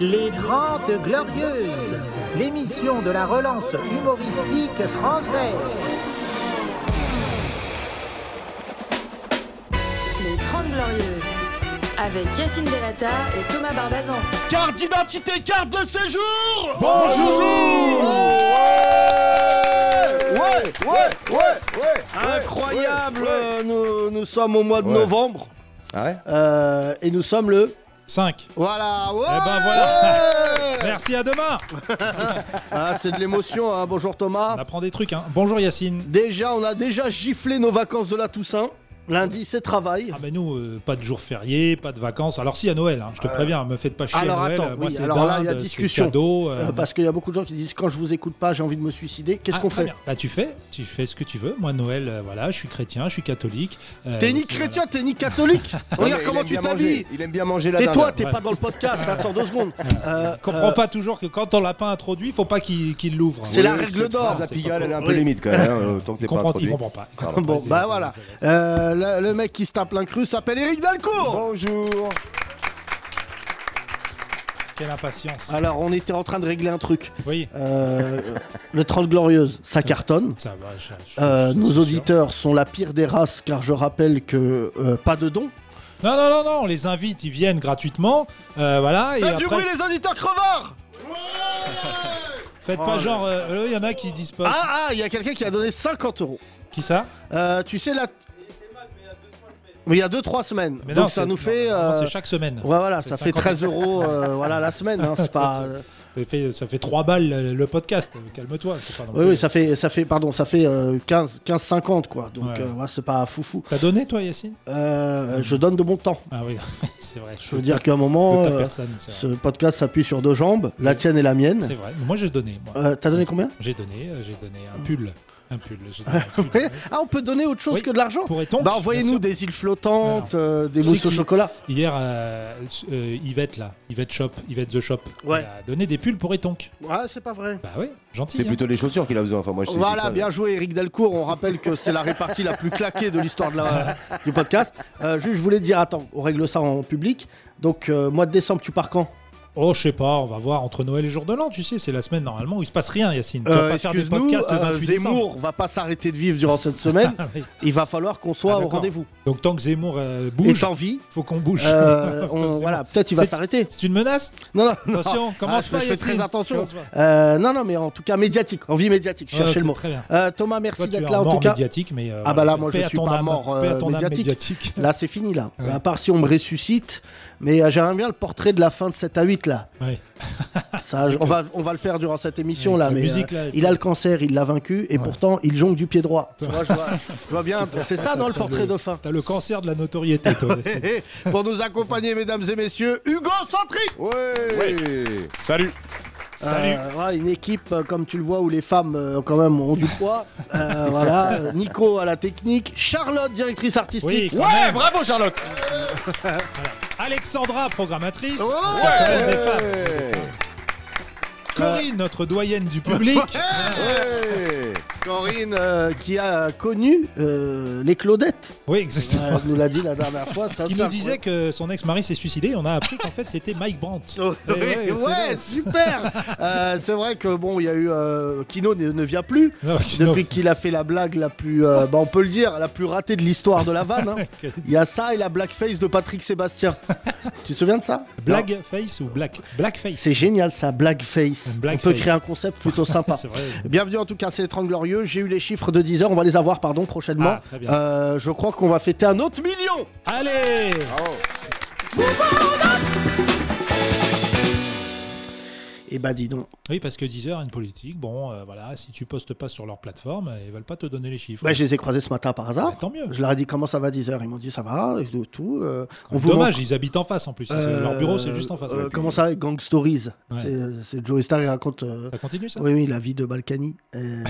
Les Grandes Glorieuses, l'émission de la relance humoristique française. Les 30 Glorieuses, avec Yacine Delata et Thomas Barbazan. Carte d'identité, carte de séjour Bonjour Ouais Ouais, ouais, ouais, ouais Incroyable ouais, ouais. euh, Nous, nous sommes au mois de Ouais. novembre Ah ouais euh, et nous sommes le... 5. Voilà ouais eh ben voilà. Merci, à demain. Ah, C'est de l'émotion, hein. bonjour Thomas. On apprend des trucs. Hein. Bonjour Yacine. Déjà, on a déjà giflé nos vacances de la Toussaint. Lundi, c'est travail. Ah mais nous, euh, pas de jours fériés, pas de vacances. Alors si à Noël, hein, je te préviens, me faites pas chier Euh, alors, à Noël. euh, attends, Moi oui, c'est alors là, il y a dinde, c'est discussion. cadeau, euh, Euh, parce qu'il y a beaucoup de gens qui disent quand je vous écoute pas, j'ai envie de me suicider. Qu'est-ce Ah, qu'on très fait bien. Bah tu fais, tu fais ce que tu veux. Moi Noël, euh, voilà, je suis chrétien, je suis catholique. Euh, T'es ni c'est- chrétien, t'es ni catholique. Ouais, mais Regarde il comment aime tu bien t'habilles. manger. Il aime bien manger la Tais-toi, dinde. t'es Ouais. pas dans le podcast. Attends deux secondes. Euh, Je comprends pas toujours que quand ton lapin introduit, faut pas qu'il qu'il l'ouvre. C'est la règle c'est- d'or. ça, La c'est Pigalle, pas elle est un faux. peu limite quand même, hein, euh, tant que Il t'es pas comprend, il introduit. comprend pas. il comprend Bon, pas, c'est- bah voilà. Euh, le, le mec qui se tape l'incru s'appelle Eric Dalcourt. Bonjour Quelle impatience. Alors, on était en train de régler un truc. Oui. Euh, le 30 Glorieuses, ça cartonne. Ça va. je- je- Euh, je- c'est nos sûr. auditeurs sont la pire des races car je rappelle que euh, pas de dons. Non, non, non, non, on les invite, ils viennent gratuitement. euh, voilà, et après, les auditeurs crevards faites Oh, pas le- genre. euh, euh, Il y en a qui disent pas. Ah, ah, il y a quelqu'un qui a donné 50 euros. Qui ça Euh, tu sais, là. Mais il y a 2-3 semaines. Mais Donc non, ça c'est- nous non, fait. non, euh, c'est chaque semaine. ouais, voilà, c'est ça fait 50. 13 euros euh, voilà, la semaine. hein, c'est pas. Ça fait, ça fait 3 balles le, le podcast, euh, calme-toi. c'est pas non Oui, plus- oui, ça fait, ça fait, pardon, ça fait euh, 15, 15, 50 quoi. Donc Ouais. euh, ouais, c'est pas foufou. T'as donné toi, Yacine Euh, je donne de mon temps. Ah oui, c'est vrai. Je veux dire qu'à un moment, De ta euh, personne, c'est ce vrai. podcast s'appuie sur deux jambes, la tienne et la mienne. C'est vrai. Moi, j'ai donné. moi. Euh, T'as donné combien Mmh. J'ai donné, euh, j'ai donné un pull. Un pull. j'ai donné un pull. Ouais. Ah, on peut donner autre chose Oui. que de l'argent Pourrait-on Bah bien envoyez-nous sûr. des îles flottantes, euh, des Tu sais mousses au qu'il- chocolat. Hier, euh, euh, Yvette, là, Yvette Shop, Yvette The Shop, Ouais. elle a donné des pulls pour Etonk. Ouais, c'est pas vrai. Bah oui, gentil. C'est hein. plutôt les chaussures qu'il a besoin, enfin moi je sais Voilà, c'est ça, bien joué Eric Delcourt. On rappelle que c'est la répartie la plus claquée de l'histoire de la- du podcast. Euh, juste, je voulais te dire, attends, on règle ça en public. Donc, euh, mois de décembre, tu pars quand Oh, je sais pas, on va voir entre Noël et jour de l'an, tu sais, c'est la semaine normalement où il se passe rien, Yacine. Tu vas Euh, pas faire des excuse-nous, podcasts le euh, 28 décembre. Zemmour va pas s'arrêter de vivre durant cette semaine. Ah oui. Il va falloir qu'on soit Ah, au d'accord. rendez-vous. Donc tant que Zemmour euh, Et bouge, t'en vis, faut qu'on bouge. euh, Tant que on- Zemmour- voilà, peut-être il va C'est- s'arrêter. C'est une menace Non, non, non. Attention, Ah, commence je pas, fais Yacine. très attention. Commence pas. Euh, non, non, mais en tout cas médiatique, envie médiatique, Ouais, cherchez ok, le mot. Très bien. Euh, Thomas, merci Toi, tu es d'être un là en mort tout cas. médiatique, mais euh, Ah, bah voilà, là, moi, je paix à suis ton pas âme, mort, euh, paix à ton âme médiatique. médiatique. Là, c'est fini là. Ouais. À part si on me ressuscite, mais euh, j'aimerais bien le portrait de la fin de 7 à 8 là. Ouais. Ça, je- Ah, on va on va le faire durant cette émission Ouais, là, la mais euh, musique, là, il a le cancer, il l'a vaincu et pourtant il jongle du pied droit. Tu vois, je vois, je vois bien. C'est ça dans le portrait de fin. T'as le cancer de la notoriété, toi. Yacine. Et Pour nous accompagner, mesdames et messieurs, Hugo Centric. Ouais, Salut Salut Euh, voilà, une équipe, euh, comme tu le vois, où les femmes, euh, quand même, ont du poids. Euh, voilà. Euh, Nico à la technique. Charlotte, directrice Oui, artistique. quand même. bravo Charlotte Alexandra, programmatrice. Ouais. qui a quand même des femmes. Ouais. Corinne, notre doyenne du public. Ouais. Corinne, euh, qui a connu euh, les Claudettes. Oui, Euh, exactement. elle nous l'a dit la dernière fois. Ça, Qui Ah, ça- nous disait que son ex-mari s'est suicidé. On a appris qu'en fait, c'était Mike Brandt. Oui, Et ouais, c'est ouais, vrai. super. Euh, c'est vrai que bon, il y a eu euh, Kino ne, ne vient plus Non, qui- depuis qu'il a fait la blague la plus, euh, bah, on peut le dire, la plus ratée de l'histoire de la vanne. hein. non. Il y a ça et la blackface de Patrick Sébastien. tu te souviens de ça Blackface ou black Blackface. C'est génial ça, blackface. Blackface. On peut créer un concept plutôt sympa. C'est vrai. Bienvenue en tout cas, c'est les 30 glorieux. J'ai eu les chiffres de 10 heures, on va les avoir pardon prochainement. Ah, très bien. Euh, je crois qu'on va fêter un autre million. Allez Bravo. Eh Et bah dis donc. ben, Oui, parce que Deezer a une politique. Bon, euh, voilà, si tu postes pas sur leur plateforme, euh, ils veulent pas te donner les chiffres. Ouais, Bah, je les ai croisés ce matin par hasard. Bah, tant mieux. Je leur ai dit comment ça va 10 heures. Ils m'ont dit ça va et tout, tout. euh, on vous Dommage, manque- ils habitent en face en plus. Euh, Leur bureau, c'est juste en face. euh, comment ça, Gang Stories Ouais. C'est- C'est Joe Star, il raconte. euh, Ça continue ça oui, oui, la vie de Balkany. Euh,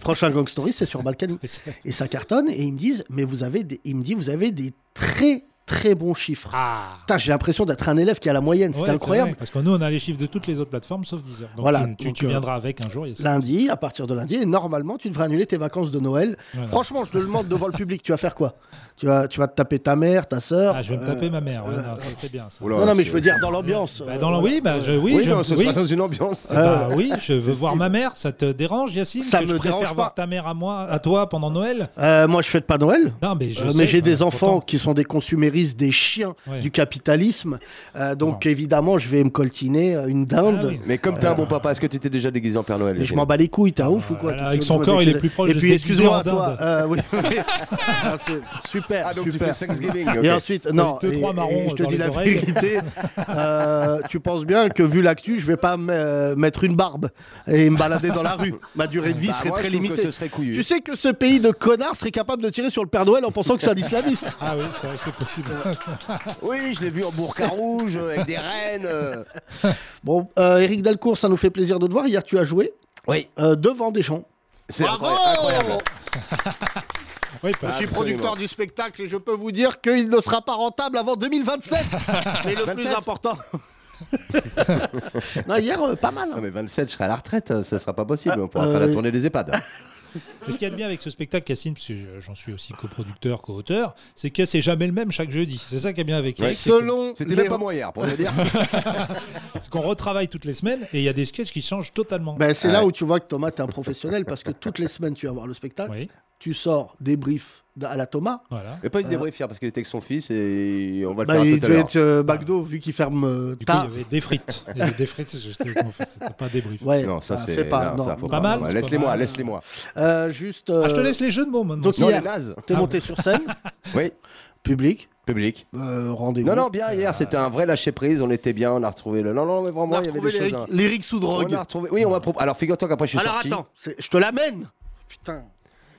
prochain Gang Stories, c'est sur Balkany. Et c'est- Et ça cartonne et ils me disent, mais vous avez, des... il me dit, vous avez des très très bons chiffres. Ah Putain, j'ai l'impression d'être un élève qui a la moyenne, Ouais, c'était c'est incroyable. vrai, parce que nous, on a les chiffres de toutes les autres plateformes sauf Deezer. Donc Voilà, tu, tu- donc, tu euh, viendras avec un jour. il y a ça. Lundi, à partir de lundi, et normalement, tu devrais annuler tes vacances de Noël. Voilà. Franchement, je te le demande devant le public, tu vas faire quoi tu vas, tu vas te taper ta mère, ta sœur. Ah, je vais me euh, taper ma mère. ouais, non, ça, c'est bien ça. Oula, Non, non, mais c'est- je veux dire dans l'ambiance. Bah, euh, dans la- Oui, bah, je, oui, Oui, je- non, ce oui. sera dans une ambiance. Euh, Eh ben, oui, je veux voir ma mère. Ça te dérange, Yacine Ça que je me préfère dérange voir pas. ta mère à moi, à toi pendant Noël euh, moi, je fête pas Noël. Non, mais je Euh, sais, mais j'ai des voilà, enfants pourtant. qui sont des consuméristes, des chiens Ouais. du capitalisme. Euh, donc Non. évidemment, je vais me coltiner euh, une dinde. Ah oui. Mais comme t'es un bon papa, est-ce que tu t'es déjà déguisé en Père Noël Euh. Mais je Yacine m'en bats les couilles, t'es un ouf ou quoi Voilà, Qu'est-ce avec que son tu veux corps, il est que- plus proche Et de puis, se déguiser excuse-moi, en dinde. toi, euh, oui. Ah, c'est super, Ah, donc tu fais super. Thanksgiving. ok. Et ensuite, non, deux, et- trois marrons, et euh, je te dans dis les la oreilles. vérité, euh, tu penses bien que vu l'actu, je vais pas me- euh, mettre une barbe et me balader dans la rue. Ma durée de vie Bah, serait moi, très je trouve que limitée. Ce serait couillu. Tu sais que ce pays de connards serait capable de tirer sur le Père Noël en pensant que c'est un islamiste. Ah oui, c'est vrai que c'est possible. Oui, je l'ai vu en burqa rouge euh, avec des rennes. euh. Bon, euh, Eric Dalcourt, ça nous fait plaisir de te voir. Hier, tu as joué Oui. euh, devant des gens. C'est Bravo incroyable. incroyable. Oui, parce- Je suis Absolument. producteur du spectacle et je peux vous dire qu'il ne sera pas rentable avant 2027. Mais le plus 27. important. non, hier, euh, pas mal. hein. Non mais 27, je serai à la retraite, euh, ça sera pas possible. On pourra euh, faire la oui. tournée des EHPAD. Et ce qu'il y a de bien avec ce spectacle, Cassine, parce que je- j'en suis aussi coproducteur, co-auteur, c'est que c'est jamais le même chaque jeudi. C'est ça qui est bien avec Eric, c'est que- Selon C'était les- même pas moi hier, pour te dire. Parce qu'on retravaille toutes les semaines et il y a des sketchs qui changent totalement. Ben, c'est Ouais. là où tu vois que Thomas, t'es un professionnel parce que toutes les semaines, tu vas voir le spectacle, Oui, tu sors des briefs d- à la Thomas. voilà. Mais pas une débrief hier parce qu'il était avec son fils et on va le Euh. Bah, faire il tout à devait l'heure. être euh, McDo vu qu'il ferme euh, Du coup, tard. il y avait des frites. Il y avait des frites, je sais comment on fait, c'était pas un débrief. Ouais, Non, ça bah, c'est fais pas. non, non. ça, faut Pas pas. mal, Ouais, c'est pas Laisse-les-moi, mal. laisse-les-moi. Euh, juste, Ah, je te euh, laisse les jeux de mots maintenant. donc, Non, les hier, nazes. t'es monté sur scène, Oui, public, public. euh, Ah, rendez-vous. Non, non, bien hier, c'était un vrai lâcher prise. On était bien, on a retrouvé le. Non, non, mais on vraiment, a il y avait des retrouvé choses. l'Éric hein. l'Éric sous drogue. On a retrouvé. Oui, on va. pro- Alors figure-toi qu'après je suis Alors sorti. attends, c'est- je te l'amène. Ah, Putain.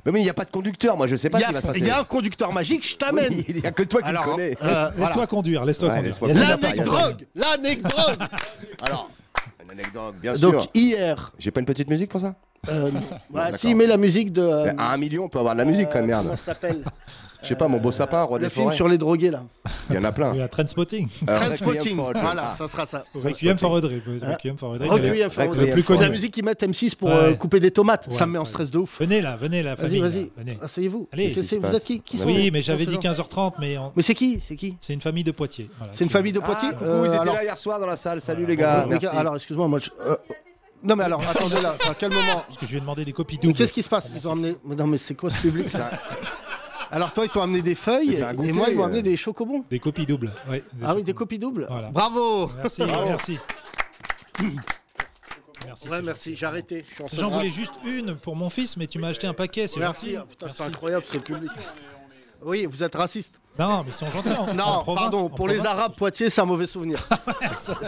Mais oui, il n'y a pas de conducteur. Moi, je sais pas Il y ce a- qui va se passer. il y a un conducteur magique, je Oui, t'amène. Il y a que toi qui le Alors, connais. euh, Laisse- voilà. Laisse-toi conduire, laisse-toi Ouais, conduire. laisse-moi Il y a conduire. des appareils. L'anecdrogue L'anecdrogue Alors, une anecdote, bien Donc sûr. hier, J'ai pas une petite musique pour ça euh, non. Bah, d'accord. s'il met la musique de... euh, Mais À un million, on peut avoir de la musique quand même, euh, Comment merde. ça s'appelle Euh, Je sais pas, mon beau sapin, roi Le des film forêts. sur les drogués là. Il y en a plein. Oui, la Trainspotting. Euh, Trainspotting. Requiem for a Dream. Voilà, Ah. ça sera ça. Requiem for a Dream. Requiem for a Dream, elle est- Requiem for a Le Dream. plus connu. C'est la musique qu'ils mettent M6 pour Ouais. euh, couper des tomates. Ouais, ça me met en ouais. stress de ouf. Venez là, venez la Vas-y, famille. là, vas-y. venez. Asseyez-vous. Allez. C'est- c'est- Qu'est-ce qui Vous se êtes passe qui, qui sont Oui, les- mais j'avais sont dit ces gens 15h30, mais en- Mais c'est qui C'est qui c'est une famille de Poitiers. voilà, C'est une qui- famille de Ah, Poitiers coucou, Euh, ils étaient alors- là hier soir dans la salle. Salut les Euh, gars. les merci. gars, Alors, excuse-moi, moi, je- euh, Non, mais alors, attendez là, à quel moment Parce que je lui ai demandé des copies Mais doubles. Qu'est-ce qui se passe Ils ont amené. Non, mais c'est quoi ce public C'est un- Alors, toi, ils t'ont amené des feuilles Mais c'est un et goûter, moi, ils m'ont amené euh. des chocobons. Des copies doubles. ouais. Ah oui, des copies doubles Voilà. Bravo Merci, merci. Merci. Ouais, c'est merci, j'ai arrêté. je suis en J'en train de- voulais juste une pour mon fils, mais tu m'as acheté un paquet, c'est Merci, gentil. ah, putain, c'est Merci. incroyable ce public. Oui, vous êtes raciste. Non, mais ils sont gentils. En, Non, en province, pardon, en pour les province. Arabes, Poitiers, c'est un mauvais souvenir.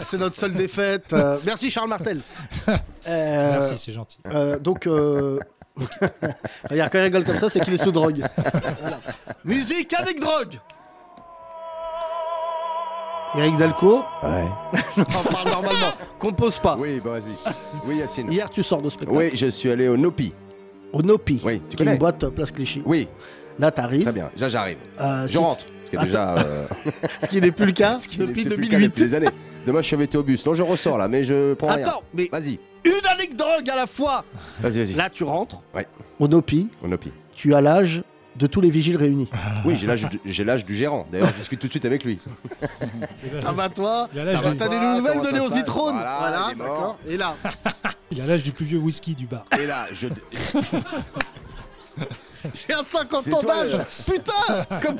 c'est notre seule défaite. Euh, merci Charles Martel. Euh, Merci, c'est gentil. euh, donc, euh... regarde, quand il rigole comme ça, c'est qu'il est sous drogue. Voilà. Musique avec drogue Eric Dalcourt, Ouais. on parle normalement, compose pas. Oui, bah vas-y. Oui, Yacine. Hier, tu sors de spectacle Oui, je suis allé au Nopi. au Nopi, Oui, tu qui est une connais. boîte euh, place Clichy. Oui, Là, très t'arrives. bien. Là, j'arrive. euh, Je rentre. Parce que déjà. euh, Ce qui n'est plus le cas depuis c'est plus le cas depuis 2008. des années. Demain, je suis avec au bus. Non, je ressors là, mais je prends rien. Attends, mais Vas-y, une anecdote à la fois vas-y, vas-y. Là, tu rentres. Ouais. Au Nopi, Au Nopi. tu as l'âge de tous les vigiles réunis. Oui, j'ai l'âge du- j'ai l'âge du gérant. D'ailleurs, je discute tout de suite avec lui. C'est là- Ah bah toi, Il a l'âge ça va, du- t'as des Voilà, nouvelles comment de ça Léo se passe Zitrone Voilà, il est mort. d'accord. Et là, Il a l'âge du plus vieux whisky du bar. Et là, je. j'ai un 50 C'est ans toi, d'âge Putain comme-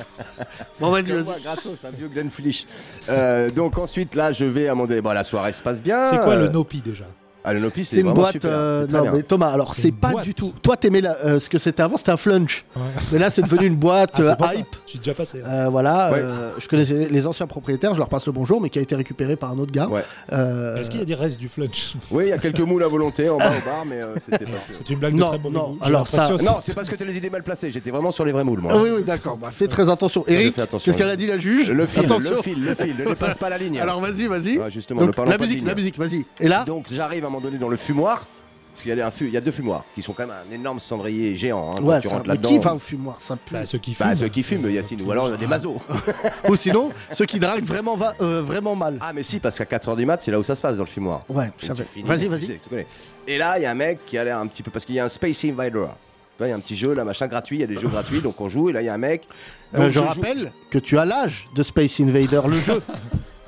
Bon, vas-y, Je vas-y. vois gratos, un vieux Glenfiddich. Euh, donc ensuite, là, je vais à mon délai. Bon, la soirée se passe bien. C'est quoi le Euh, Nopi déjà Ah, le Nopi, c'est C'est une vraiment boîte. super. euh, C'est très non, bien. mais Thomas, alors C'est c'est une pas boîte. du tout. Toi, t'aimais la- euh, ce que c'était avant, c'était un flunch. Mais là, c'est devenu une boîte Ah, c'est pour euh, ça. hype. Je suis déjà passé. hein, là. Euh, voilà, Ouais. euh, je connaissais les anciens propriétaires, je leur passe le bonjour, mais qui a été récupéré par un autre gars. Ouais. Euh, Est-ce qu'il y a des restes du flunch Oui, il y a quelques moules à volonté en bas au bar, mais euh, c'était pas C'est une blague Non, de très mauvais non, goût. alors ça- Non, c'est parce que tu as les idées mal placées. J'étais vraiment sur les vrais moules, moi. ah oui, oui, d'accord. Bah, fais très attention. Eric, fais attention. qu'est-ce qu'elle a dit la juge Le fil, Attention. le fil, le fil. Ne passe pas la ligne. Hein. Alors vas-y, vas-y. Ouais, justement, ne Donc, parlons la pas de musique, ligne. la musique, vas-y. Et là, Donc j'arrive à un moment donné dans le fumoir. Parce qu'il y, a un fu- il y a deux fumoirs qui sont quand même un énorme cendrier géant. hein, quand Ouais, tu ça, rentres mais qui va là-dedans. au fumoir Ça pue. Bah, ceux qui fument. Bah, ceux qui fument, Yacine, ou alors des mazos. Ou sinon, ceux qui draguent vraiment, va- Ah. euh, vraiment mal. Ah, mais si, parce qu'à 4h du mat, c'est là où ça se passe dans le fumoir. Ouais, je Et savais. tu finis, Vas-y, tu vas-y. sais, tu connais. Et là, il y a un mec qui a l'air un petit peu. Parce qu'il y a un Space Invader. Tu vois, Il y a un petit jeu, là, machin gratuit. Il y a des jeux gratuits, donc on joue. Et là, il y a un mec. Euh, donc je joue- rappelle que tu as l'âge de Space Invader, le jeu.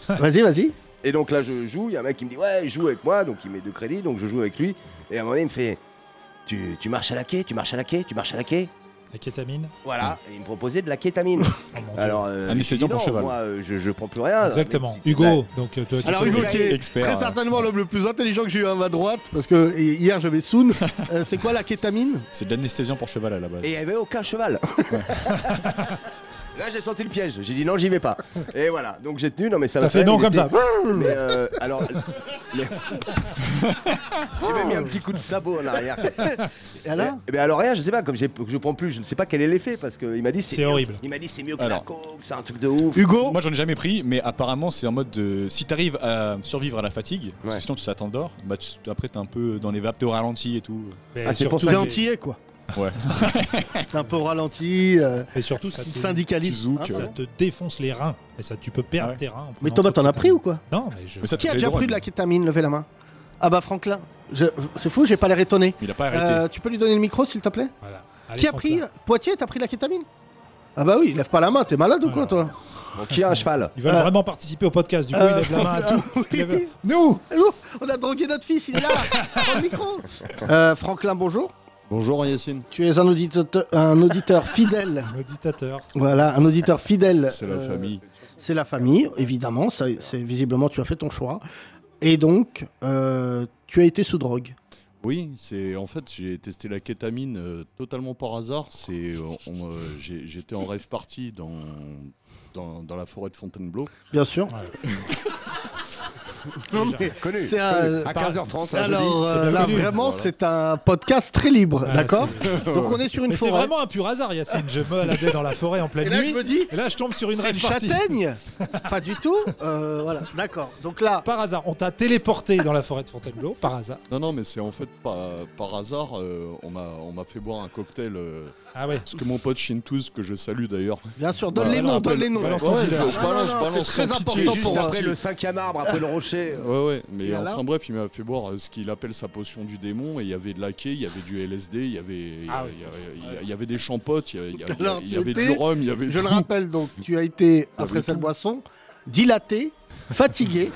vas-y, vas-y. Et donc là, je joue. Il y a un mec qui me dit Ouais, joue avec moi. Donc il met deux crédits. Donc je joue avec lui. Et à un moment donné, il me fait Tu, tu marches à la quai, tu marches à la quai, tu marches à la quai. La kétamine. Voilà. Et il me proposait de la kétamine. Oh, Alors, euh, Ah, Un je essayant dis, pour non, cheval. Moi, euh, je, je prends plus Ah, rien. Exactement. Mais si- Hugo, donc euh, toi, tu Alors connais- Hugo qui est Expert, très hein. certainement l'homme le plus intelligent que j'ai eu à ma droite, parce que hi- hier j'avais Soon. Euh, c'est quoi la kétamine C'est de l'anesthésiant pour cheval à la base. Et il n'y avait aucun cheval. Là, j'ai senti le piège. J'ai dit non, j'y vais pas. Et voilà. Donc j'ai tenu. Non, mais ça T'as m'a fait non il comme était- ça. Mais euh, alors. le- j'ai même mis un petit coup de sabot en arrière. Et alors Eh ben alors rien, je sais pas. Comme j'ai- je prends plus, je ne sais pas quel est l'effet parce qu'il m'a dit C'est mieux- horrible. Il m'a dit c'est mieux que la Alors. coke, c'est un truc de ouf. Hugo Moi j'en ai jamais pris, mais apparemment c'est en mode de. Si t'arrives à survivre à la fatigue, parce Ouais. que sinon tu ça t'endors, bah tu- après t'es un peu dans les vapes, t'es au ralenti et tout. Mais Ah, c'est pour T'es surtout- antillais quoi. Ouais. T'es un peu au ralenti, euh, Et surtout, ça te, syndicaliste. tu zouk, hein, euh, ça te défonce les reins. Et ça, tu peux Ah perdre ouais. tes reins. en Mais prenant Thomas, ta t'en as pris kétamine. ou quoi Non, mais je. Mais ça, Qui tous a les déjà drogues, pris de la mais- kétamine Levez la main. Ah bah Franklin. Je- C'est fou, j'ai pas l'air étonné. Il a pas arrêté. Euh, tu peux lui donner le micro s'il te plaît Voilà. Allez, Qui a Franklin. pris Poitiers, t'as pris la kétamine Ah bah oui, lève pas la main, t'es malade ou quoi Alors. toi Donc qui a un cheval Ils veulent Euh, vraiment participer au podcast, du coup, euh, ils lèvent la main à tout. Ils lèvent- Nous Allô On a drogué notre fils, il est là Prends le micro Euh, Franklin, bonjour. Bonjour Yacine. Tu es un auditeur, un auditeur fidèle. L'auditateur. Voilà, un auditeur fidèle. C'est la Euh, famille. C'est la famille, évidemment. ça- C'est visiblement tu as fait ton choix. Et donc, euh, tu as été sous drogue. Oui, c'est en fait j'ai testé la kétamine euh, totalement par hasard. C'est euh, on, euh, j'ai- j'étais en rêve party dans, dans dans la forêt de Fontainebleau. Bien sûr. Non, Déjà. mais Connu. c'est un- euh, À 15h30, un jeudi. Alors c'est bien euh, là connu. vraiment c'est un podcast très libre, Ah, d'accord c'est- Donc on est sur une Mais c'est forêt. vraiment un pur hasard, Yacine. Je me baladais dans la forêt en pleine Et là nuit. je me dis, Et là, je tombe sur une c'est une rêve partie. châtaigne Pas du tout. Euh, voilà, d'accord. Donc là, Par hasard, on t'a téléporté dans la forêt de Fontainebleau, par hasard. Non non mais c'est en fait par, par hasard euh, on m'a on m'a fait boire un cocktail. euh, Ah ouais. ce que mon pote Shintuz que je salue d'ailleurs. Bah, bien sûr, donne les Voilà, noms, donne rappelle- les noms. balance Ouais, ton ouais, je dealer. balance, je Non, non, non, balance c'est sans pitié. très important juste pour Juste moi. après après le cinquième arbre, après le rocher. euh. Ouais, ouais, mais Et alors enfin bref, il m'a fait boire euh, ce qu'il appelle sa potion du démon, et il y avait de la quai, il y avait du LSD, il y avait, il y Ah a- il y a- il y a- il y avait des champottes, il y a- il y a- il y a- Alors, il y avait tu du étais- rhum, il y avait Je tout. le rappelle donc, tu as été, Ah, après oui, cette tout. boisson, dilaté, fatigué,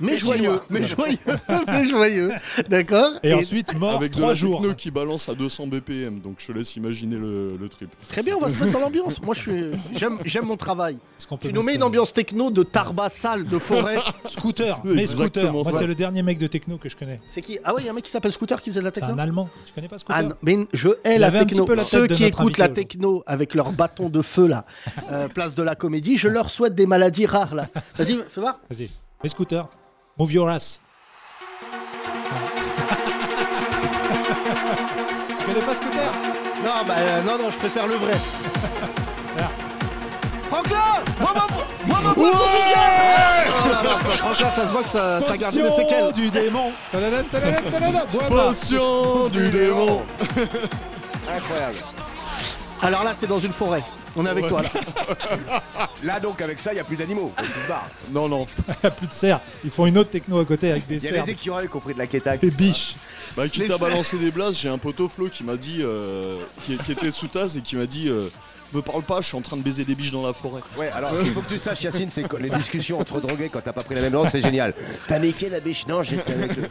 mais joyeux, mais joyeux, mais joyeux, d'accord Et, Et ensuite, mort avec de trois la jours. techno qui balance à 200 BPM, donc je te laisse imaginer le, le trip. Très bien, on va se mettre dans l'ambiance. Moi, je suis- j'aime j'aime mon travail. Est-ce qu'on peut Tu nous mets mettre, une ambiance techno de tarba sale, de forêt. euh, Scooter, mais Scooter. Exactement Moi, ça. c'est le dernier mec de techno que je connais. C'est qui Ah ouais, il y a un mec qui s'appelle Scooter qui faisait de la C'est techno un Allemand. Tu connais pas Scooter Ah non, mais je hais Il la avait un techno. petit peu la tête Ceux de qui notre invité écoutent la aujourd'hui. techno avec leur bâton de feu là, euh, place de la comédie, je leur souhaite des maladies rares là. Vas-y, fais voir. Vas-y. Les scooters. Move your ass. tu connais pas Scooter Oh, Non, bah euh, non, non, je préfère le vrai. Franklin Bois ma bois ma boisson du gars Oh là là, Franklin, ça se voit que ça t'as gardé des séquelles. Potion du démon. Tadadam, tadadam, tadadam. Bois ma- Potion du démon Incroyable. Alors là, t'es dans une forêt. On est avec toi là. Là, donc, avec ça, il n'y a plus d'animaux. Parce qu'ils se barrent. Non, non, Il y a plus de cerfs. Ils font une autre techno à côté avec des Il y a cerfs. les écureuils qui ont pris de la quétaque. Des biches. bah quitte à balancer des blases, j'ai un poteau Flo qui m'a dit, euh, qui, qui était sous tasse et qui m'a dit... euh, me parle pas, je suis en train de baiser des biches dans la forêt. Ouais, alors ce qu'il faut que tu saches, Yacine, c'est que les discussions entre drogués quand t'as pas pris la même drogue, c'est génial. T'as niqué la biche Non, j'étais avec le.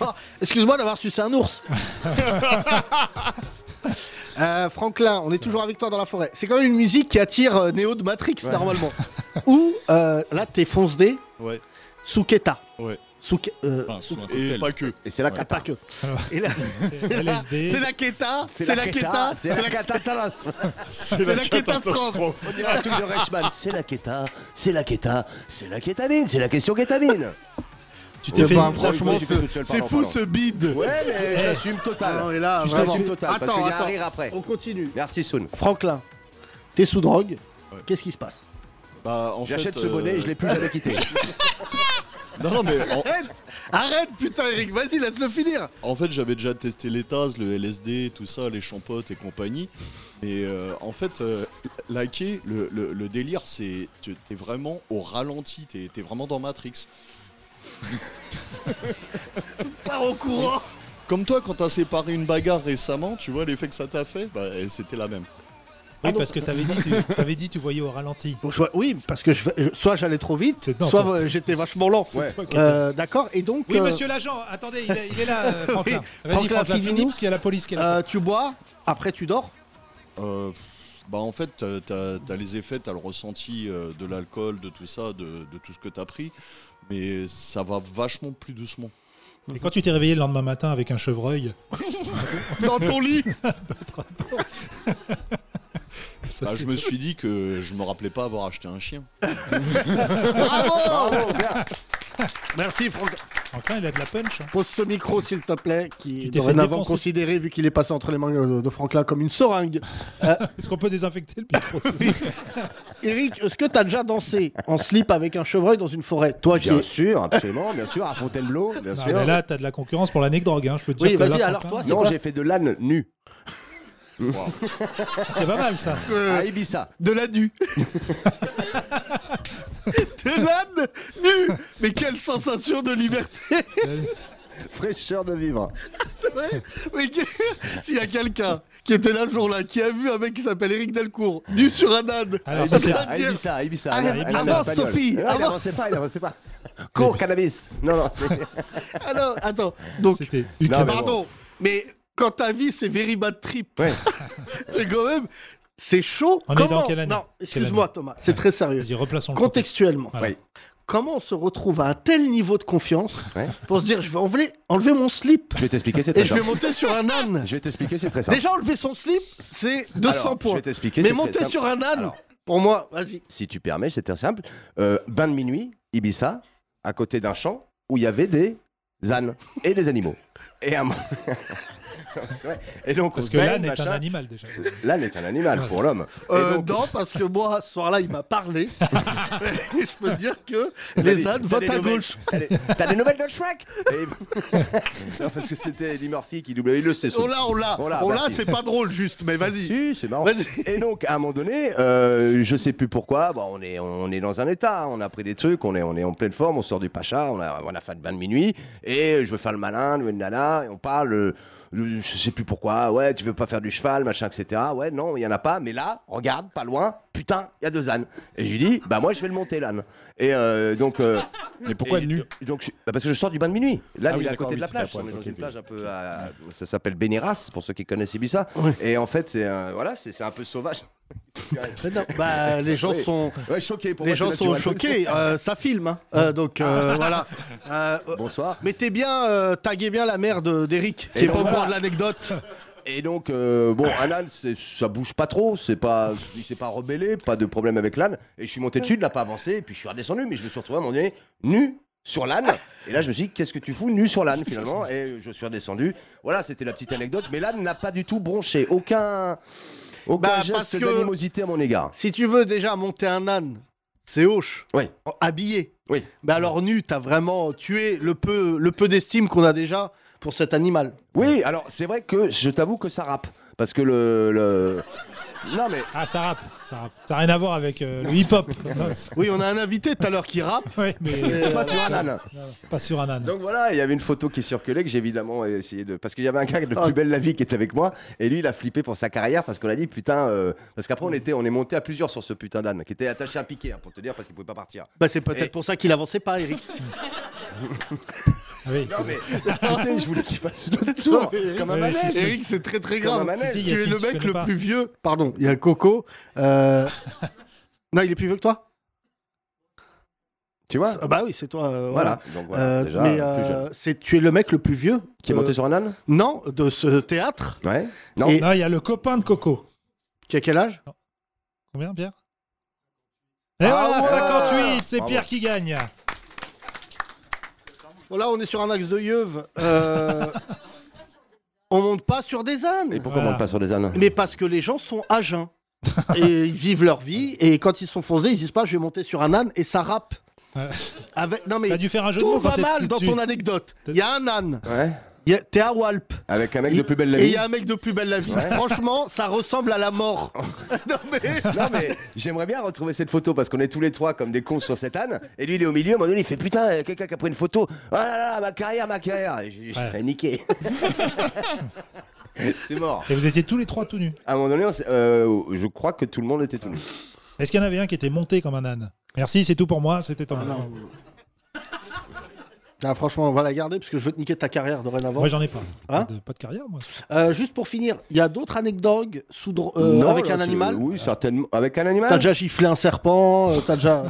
Oh, Excuse-moi d'avoir sucé un ours. Euh, Franklin, on est toujours avec toi dans la forêt. C'est quand même une musique qui attire euh, Neo de Matrix normalement. Ou euh, là, t'es fonce D, Ouais. Suketa. Ouais. Suke- euh, Enfin, sous un cocktail. Et pas que. Et c'est la ah, cata. pas que. Et là, c'est la, LSD. c'est la Keta, c'est la Keta, C'est la catastrophe. c'est la catastrophe. On dirait un truc de Reichmann. C'est la queta, c'est la queta, c'est la kétamine, c'est la question kétamine. Tu t'es fait- franchement, Oui, j'ai fait ce- tout seul, c'est pardon, fou pardon. ce bide. Eh. Ouais, mais je l'assume total. Non, et là, je vraiment. l'assume total parce Attends, qu'il y a un attends. rire après. On continue. Merci Soun. Franklin, t'es sous drogue. Ouais. Qu'est-ce qui se passe Bah, en fait, J'achète ce euh, bonnet et je l'ai plus jamais quitté. Non, non, mais en, Arrête Arrête, putain, Eric, vas-y, laisse-le finir En fait, j'avais déjà testé les TAS, le LSD, tout ça, les champottes et compagnie. Mais euh, en fait, euh, laquer, le, le- le délire, c'est. tu- T'es vraiment au ralenti, t'es t'es vraiment dans Matrix. Pars en courant Comme toi, quand t'as séparé une bagarre récemment, tu vois l'effet que ça t'a fait Bah, euh, c'était la même. Oui, parce que t'avais dit, tu, t'avais dit, tu voyais au ralenti. Bon, je vois- Oui, parce que je- je- soit j'allais trop vite, C'est- non, soit attends, euh, c'est- j'étais vachement lent. Ouais. Ok. Euh, D'accord Et donc, Oui, euh, monsieur l'agent, attendez, il est, il est là, euh, Franklin. Vas-y, Franklin, Franklin, finis-nous. finis, parce qu'il y a la police qui est là. euh, tu bois, après tu dors. Euh, bah, en fait, t'as- t'as t'as les effets, t'as le ressenti euh, de l'alcool, de tout ça, de, de tout ce que t'as pris. Mais ça va vachement plus doucement. Et quand tu t'es réveillé le lendemain matin avec un chevreuil, Dans ton lit ça, Bah, c'est- je me suis dit que je me rappelais pas avoir acheté un chien. Bravo Bravo, bien. Merci, Franck. Franklin, il a de la punch. hein. Pose ce micro, s'il te plaît, qui est Tu t'es fait dorénavant défoncer. considéré, vu qu'il est passé entre les mains euh, de, de Franklin, comme une seringue. Euh, Est-ce qu'on peut désinfecter le micro s'il vous plaît Eric, est-ce que t'as déjà dansé en slip avec un chevreuil dans une forêt Toi, qui Bien sûr, absolument, bien sûr, à Fontainebleau, bien Non, sûr. mais Là, t'as de la concurrence pour la neck drogue, hein, je peux te Oui, dire. que vas-y, là, alors Franklin, toi, non, quoi j'ai fait de l'âne nu C'est pas mal ça. à Ibiza. De la nu. de l'âne nu Mais quelle sensation de liberté Fraîcheur de vivre. Ouais, mais que- s'il y a quelqu'un qui était là le jour-là, qui a vu un mec qui s'appelle Eric Delcourt, nu sur un âne, Ah, Alors, ça ça, c'est- veut À dire- Ibiza, à Ibiza. Allez, à Ibiza, avance, Ah, espagnol. Ah Sophie, ah, Non, avance. Il avançait pas, il avançait pas. Cours, cannabis. Non, non. c'est- alors, attends, donc, C'était Non, mais bon. pardon, mais quand ta vie c'est very bad trip, Ouais. c'est quand même, c'est chaud. On est Comment- dans quelle année Non, Quelle excuse-moi année Thomas, c'est très sérieux. Vas-y, replaçons le contexte. Contextuellement, Voilà. Oui. comment on se retrouve à un tel niveau de confiance Ouais. pour se dire je vais enlever, enlever mon slip Je vais t'expliquer, c'est et très je vais simple. monter sur un âne Je vais t'expliquer, c'est très simple. Déjà, enlever son slip, c'est 200 Alors, points. Je vais t'expliquer. Mais c'est très monter simple. sur un âne, Alors. pour moi, vas-y. Si tu permets, c'est très simple. Euh, bain de minuit, Ibiza, à côté d'un champ où il y avait des ânes et des animaux. Et un. C'est vrai. et donc, Parce on que se baigne, l'âne est un machin. animal déjà. L'âne est un animal pour l'homme. Et Euh, donc, Non, parce que moi, ce soir-là, il m'a parlé. Et je peux te dire que les T'as des- ânes t'as votent des à nouvelles- gauche. T'as des, t'as des nouvelles de Shrek Et- Non, Parce que c'était Eddie Murphy qui doublait le c'est On l'a, on l'a. On l'a, On l'a, merci. Oh c'est pas drôle, juste, mais vas-y. Si, c'est marrant. Vas-y. Et donc, à un moment donné, euh, je sais plus pourquoi, bon, on, est, on est dans un état, hein, on a pris des trucs, on est, on est en pleine forme, on sort du pacha, on a, on a fait le bain de minuit, et je veux faire le malin, le nana, et on parle, euh, je sais plus pourquoi, ouais, tu veux pas faire du cheval, machin, etc. Ouais, non, il y en a pas, mais là, regarde, pas loin, putain, il y a deux ânes. Et je lui dis, bah moi, je vais le monter, l'âne. Et euh, donc. euh, Mais pourquoi et- nu donc, je- bah, Parce que je sors du bain de minuit. Là, Ah oui, il est à d'accord, côté de oui, la tout à plage. poil, On est dans ok, une ok. plage un peu à- Ça s'appelle Bénéras, pour ceux qui connaissent Ibiza. Et en fait, c'est un, voilà, c'est c'est un peu sauvage. Mais non, bah, les gens Oui. sont, Ouais, Hum. choqué pour les moi, gens c'est sont naturel. choqués. Euh, ça filme, hein. Euh, donc euh, voilà. Euh, euh, Bonsoir. mettez bien, euh, taguez bien la mère de- d'Eric, qui Et est pas au donc, courant voilà. de l'anecdote. Et donc, euh, bon, un âne, c'est- ça bouge pas trop. C'est pas, il s'est pas rebellé, pas de problème avec l'âne. Et je suis monté dessus, il n'a pas avancé. Et puis je suis redescendu, mais je me suis retrouvé à mon nez nu sur l'âne. Et là, je me suis dit, qu'est-ce que tu fous nu sur l'âne finalement Et je suis redescendu. Voilà, c'était la petite anecdote. Mais l'âne n'a pas du tout bronché. Aucun. Aucun Bah, parce geste que- d'animosité à mon égard. Si tu veux déjà monter un âne, c'est hoche. Oui. En- Habillé. Oui. Mais alors nu, t'as vraiment tué le peu, le peu d'estime qu'on a déjà pour cet animal. Oui, alors c'est vrai que je t'avoue que ça rappe. Parce que le. le... Non, mais. Ah, ça rappe, ça rappe. Ça n'a rien à voir avec euh, le hip-hop. Non, c'est- Oui, on a un invité tout à l'heure qui rappe. ouais, mais Pas sur un âne. pas sur un âne. Donc voilà, il y avait une photo qui circulait que j'ai évidemment essayé de. Parce qu'il y avait un gars Ah. de Plus Belle la Vie qui était avec moi et lui il a flippé pour sa carrière parce qu'on a dit putain. euh, Parce qu'après on était, on est monté à plusieurs sur ce putain d'âne qui était attaché à un piquet hein, pour te dire parce qu'il pouvait pas partir. Bah, c'est peut-être Et- pour ça qu'il avançait pas, Eric. Ah oui, Non c'est- mais tu sais, je voulais qu'il fasse le tour comme un Ouais, manège. si, si. Eric, c'est très très Comme un grave. manège. Si, Tu es Yacine, le tu mec connais le pas. plus vieux. Pardon, il y a Coco. euh, Non, il est plus vieux que toi Tu vois Ah Bah oui, c'est toi. euh, Voilà. voilà. Donc voilà, Euh, déjà mais plus jeune. euh, c'est tu es le mec le plus vieux Qui est euh, monté sur un âne Non, de ce théâtre. Ouais. Non. Et- Non, il y a le copain de Coco. Qui a quel âge Combien, Pierre Et Ah voilà, ouais 58, c'est Bravo. Pierre qui gagne. Bon, là, on est sur un axe de Yeuve. Euh, on monte pas sur des ânes. Et pourquoi on Voilà. monte pas sur des ânes Mais parce que les gens sont à jeun. et ils vivent leur vie. Et quand ils sont foncés, ils disent pas je vais monter sur un âne et ça rappe. Avec... Non, T'as mais dû faire un jeu de tout mots va quand t'es mal dans dessus. ton anecdote. Il y a un âne, Ouais. y a- t'es à Walp. Avec un mec de plus belle la Et il vie. y a un mec de plus belle la vie. Franchement, ça ressemble à la mort. non, mais... Non mais j'aimerais bien retrouver cette photo parce qu'on est tous les trois comme des cons sur cette âne et lui il est au milieu, à un moment donné il fait putain euh, quelqu'un qui a pris une photo, oh là là ma carrière, ma carrière, Et j'ai Ouais. j'ai niqué. C'est mort. Et vous étiez tous les trois tout nus. À un moment donné, on s'est- euh, je crois que tout le monde était tout nu. Est-ce qu'il y en avait un qui était monté comme un âne Merci, c'est tout pour moi, c'était en non. Ah, franchement, on va la garder parce que je veux te niquer ta carrière dorénavant. Moi j'en ai pas. Hein Pas de- pas de carrière moi. Euh, juste pour finir, il y a d'autres anecdotes sous dro- euh, Non, avec là, un c'est- animal. Oui, certainement. Avec un T'as animal déjà giflé un serpent, euh, t'as déjà.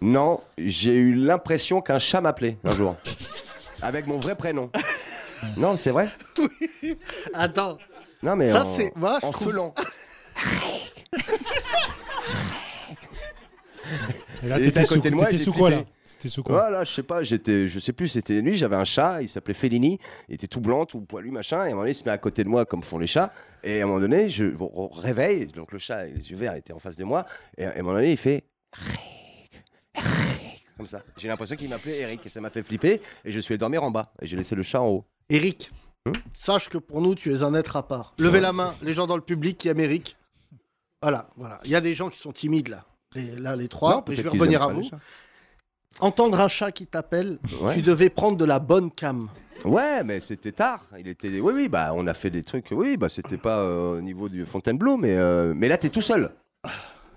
Non, j'ai eu l'impression qu'un chat m'appelait un jour. Avec mon vrai prénom. Non, c'est vrai Attends, Non, mais Ça, en, c'est- moi, je en trouve- feulant. Et là Il était t'étais à sous, côté de moi, t'étais j'ai sous quoi là flippé. C'était sous quoi Voilà, je sais pas, j'étais, je sais plus, c'était lui, j'avais un chat, il s'appelait Fellini, il était tout blanc, tout poilu, machin, et à un moment donné, il se met à côté de moi comme font les chats, et à un moment donné, je me réveille, donc le chat, les yeux verts, était en face de moi, et à un moment donné, il fait Eric, Eric, comme ça. J'ai l'impression qu'il m'appelait Eric, et ça m'a fait flipper, et je suis allé dormir en bas, et j'ai laissé le chat en haut. Eric, Hmm sache que pour nous, tu es un être à part. Levez la main, les gens dans le public qui aiment Eric. Voilà, voilà. Il y a des gens qui sont timides là. Les- là, les trois, Non, mais je vais peut-être qu'ils revenir aiment à pas les vous. chats. Entendre un chat qui t'appelle, Ouais. tu devais prendre de la bonne cam. Ouais, mais c'était tard. Il était. Oui, oui, bah, on a fait des trucs. Oui, bah, c'était pas euh, au niveau du Fontainebleau, mais, euh, mais là, t'es tout seul.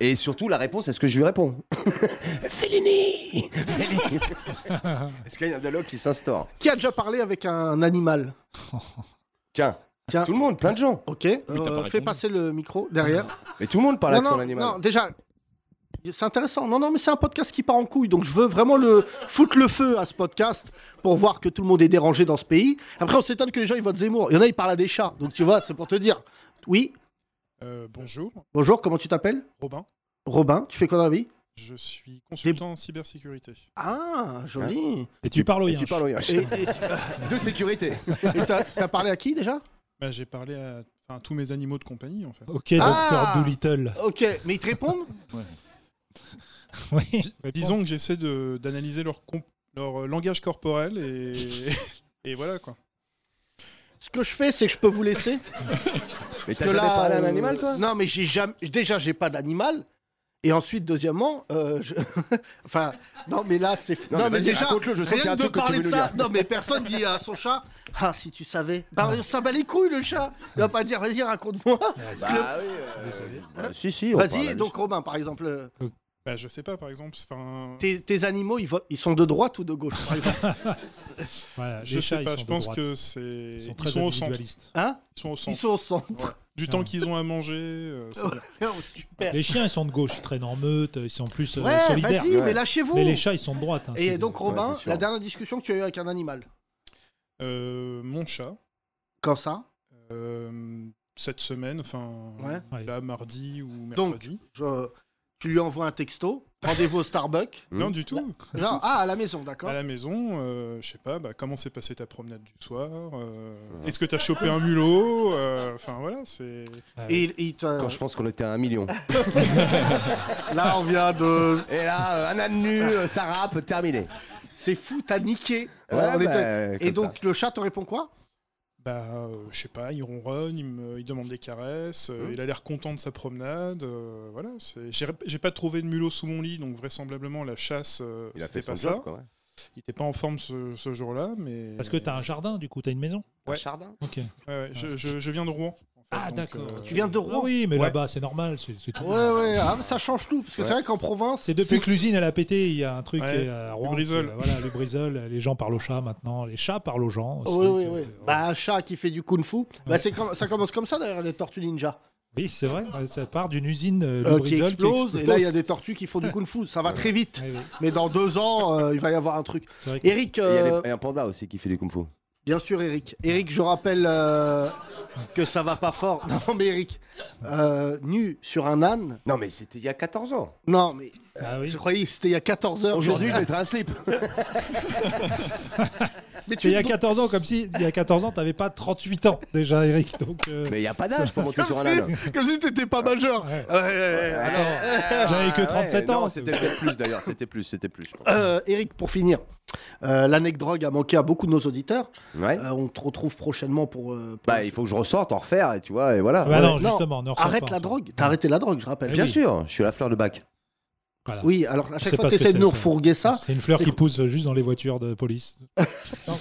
Et surtout, la réponse, est-ce que je lui réponds Fellini Fellini Est-ce qu'il y a un dialogue qui s'instaure Qui a déjà parlé avec un animal Tiens, Tiens. tout le monde, plein de gens. Ok, euh, pas fais répondu. passer le micro derrière. Mais tout le monde parle non, avec son non, animal. non, déjà, c'est intéressant. Non, non, mais c'est un podcast qui part en couille, donc je veux vraiment le foutre le feu à ce podcast pour voir que tout le monde est dérangé dans ce pays. Après, on s'étonne que les gens ils votent Zemmour. Il y en a, ils parlent à des chats, donc tu vois, c'est pour te dire. Oui, Euh, bonjour, bonjour, comment tu t'appelles Robin. Robin, tu fais quoi dans la vie Je suis consultant en cybersécurité. Hein Ah, joli. Et tu parles au Et yin. tu parles au yinche. Et, et- De sécurité. et t'as t'as parlé à qui déjà Bah, J'ai parlé à enfin, tous mes animaux de compagnie en fait. Ok, Ah Docteur Doolittle. Ok, mais ils te répondent Oui. Disons que j'essaie de- d'analyser leur, comp- leur euh, langage corporel et... et voilà quoi. Ce que je fais, c'est que je peux vous laisser. Mais Parce t'as que jamais là, parlé à un euh, animal, toi Non, mais j'ai jamais. Déjà, j'ai pas d'animal. Et ensuite, deuxièmement, euh, je- enfin, non, mais là, c'est. Non, mais vas-y, raconte-le, je sens rien qu'il y a un de truc que tu parler veux de nous ça. Non, mais personne dit à son chat, ah, si tu savais. Bah, ça bat les couilles, le chat. Il va pas dire, vas-y, raconte-moi. Hein Bah oui. euh, bah, si, si. on parle à Vas-y, lui. donc, Robin, par exemple, euh, Bah, je sais pas par exemple, enfin, tes, tes animaux, ils, vo- ils sont de droite ou de gauche, par exemple Voilà, je les sais chats, ils pas, sont je de pense droite. que c'est. Ils sont Ils très sont au centre. individualistes. Hein Ils sont au Ils centre. sont au centre. Du temps qu'ils ont à manger. euh, c'est bien. Super. Les chiens, ils sont de gauche, ils traînent en meute, ils sont plus euh, Ouais, solidaires. vas-y, mais Ouais. lâchez-vous. Mais les chats, ils sont de droite. hein, Et c'est- donc, Robin, c'est sûr. la dernière discussion que tu as eue avec un animal. Euh, mon chat, Quand ça euh, cette semaine, enfin, Ouais. Ouais. là, mardi ou Donc, mercredi. Je- tu lui envoies un texto, rendez-vous au Starbucks. non, du tout. du Non, ah, à la maison, d'accord. À la maison, euh, je sais pas, bah, comment s'est passée ta promenade du soir euh, Est-ce que t'as chopé un mulot Euh, Enfin voilà, c'est. Ah oui. Et, il- il te- Quand je pense qu'on était à un million. là, on vient de. Et là, euh, un âne nu, euh, ça rappe, terminé. C'est fou, t'as niqué. Ouais, Euh, on bah, était- euh, Et comme donc, le chat te répond quoi Bah, euh, je sais pas, il ronronne, il me il demande des caresses, Mmh. euh, il a l'air content de sa promenade. euh, voilà, c'est- j'ai j'ai pas trouvé de mulot sous mon lit, donc vraisemblablement la chasse, euh, ça. Il a fait c'était son pas job, ça. quoi. ouais. Il était pas en forme ce, ce jour-là, mais. Parce que t'as un jardin, du coup, t'as une maison. Un Ouais. Chardin. Ok. Ouais, ouais, je, je- je viens de Rouen. en fait, Ah, donc, d'accord. euh, Tu viens de Rouen Ah oui, mais Ouais. là-bas, c'est normal. c'est- c'est tout. Ouais, ouais, ah, ça change tout. Parce que c'est vrai qu'en province, C'est depuis que l'usine elle a pété, il y a un truc Ouais, euh, à le Rouen. brisol. qui, euh, Voilà, le brisol, les gens parlent aux chats maintenant, les chats parlent aux gens. aussi, euh, Oui, oui, Oh, c'est- oui. c'est- Bah, un chat qui fait du kung-fu, bah, c'est comme- ça commence comme ça d'ailleurs, les tortues ninja. Oui, c'est vrai, ouais, ça part d'une usine euh, le Euh, qui, brisol explosent, et là, il y a des tortues qui font du kung-fu. Ça va très vite. Ouais, ouais, Mais dans deux ans, euh, il va y avoir un truc. c'est vrai que- Eric, Et il y a euh, des- et un panda aussi qui fait du kung-fu. Bien sûr, Eric. Eric, je rappelle euh, que ça va pas fort. Non, mais Eric, euh, nu sur un âne. Non, mais c'était il y a 14 ans. Non, mais Ah oui. je croyais que c'était il y a 14 heures. Aujourd'hui, je mettrais un slip. Mais Mais tu il y a 14 ans, comme si il y a 14 ans, t'avais pas 38 ans déjà, Eric. Donc, euh, Mais il n'y a pas d'âge pour monter comme, sur un si, âne. comme si t'étais pas majeur. Ouais. Ouais, ouais, ouais. Alors, euh, j'avais que Ah ouais, 37 non, ans. C'était peut-être plus d'ailleurs, c'était plus, c'était plus. je pense. euh, Eric, pour finir, euh, l'anecdote a manqué à beaucoup de nos auditeurs. Ouais. Euh, on te retrouve prochainement pour. euh, pour- Bah, il faut que je ressorte, en refaire, et tu vois, et voilà. Bah non, Ouais, non. justement, ne ressors Arrête pas, la en fait. drogue. T'as arrêté la drogue, je rappelle. Eh Bien oui. sûr, je suis à la fleur de bac. Oui, alors à sait chaque pas fois ce que que t'essaies de c'est, nous ça. refourguer ça, C'est une fleur C'est qui quoi pousse juste dans les voitures de police. Non,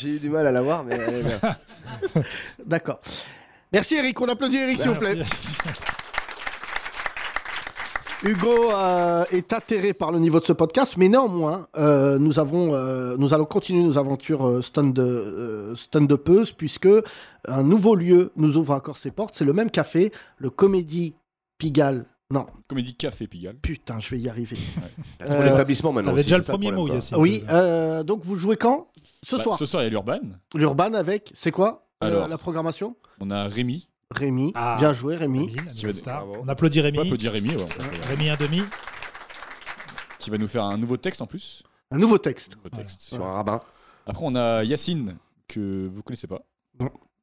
J'ai eu du mal à l'avoir, mais euh, elle est bien. d'accord. Merci Eric, on applaudit Eric s'il vous plaît. merci. Hugo euh, est atterré par le niveau de ce podcast, mais néanmoins, euh, nous, avons, euh, nous allons continuer nos aventures euh, stand- euh, stand-upeuse, puisque un nouveau lieu nous ouvre encore ses portes. C'est le même café, le Comédie Pigalle. Non, Comédie Café Pigalle. putain, je vais y arriver. Pour Euh, l'établissement maintenant. T'avais aussi, déjà le c'est ça premier problème, mot, quoi. Yacine. oui, Faza. euh, donc vous jouez quand Ce Bah, soir. Ce soir, il y a l'Urban. L'Urban avec, c'est quoi euh, Alors. la programmation On a Rémi. Rémi, Ah. bien joué Rémi. Rémi, la nouvelle star. Bravo. On applaudit On peut Rémi. dire Rémi, ouais. Rémi un demi. qui va nous faire un nouveau texte en plus. Un nouveau texte. Nouveau texte. Sur un rabbin. Après, on a Yacine, que vous connaissez pas.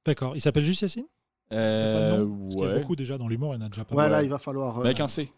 D'accord. Il s'appelle juste Yacine Euh, Parce qu'il y a ouais. beaucoup déjà dans l'humour, il y en a déjà pas Ouais, mal. là, il va falloir. euh, Mais avec un C.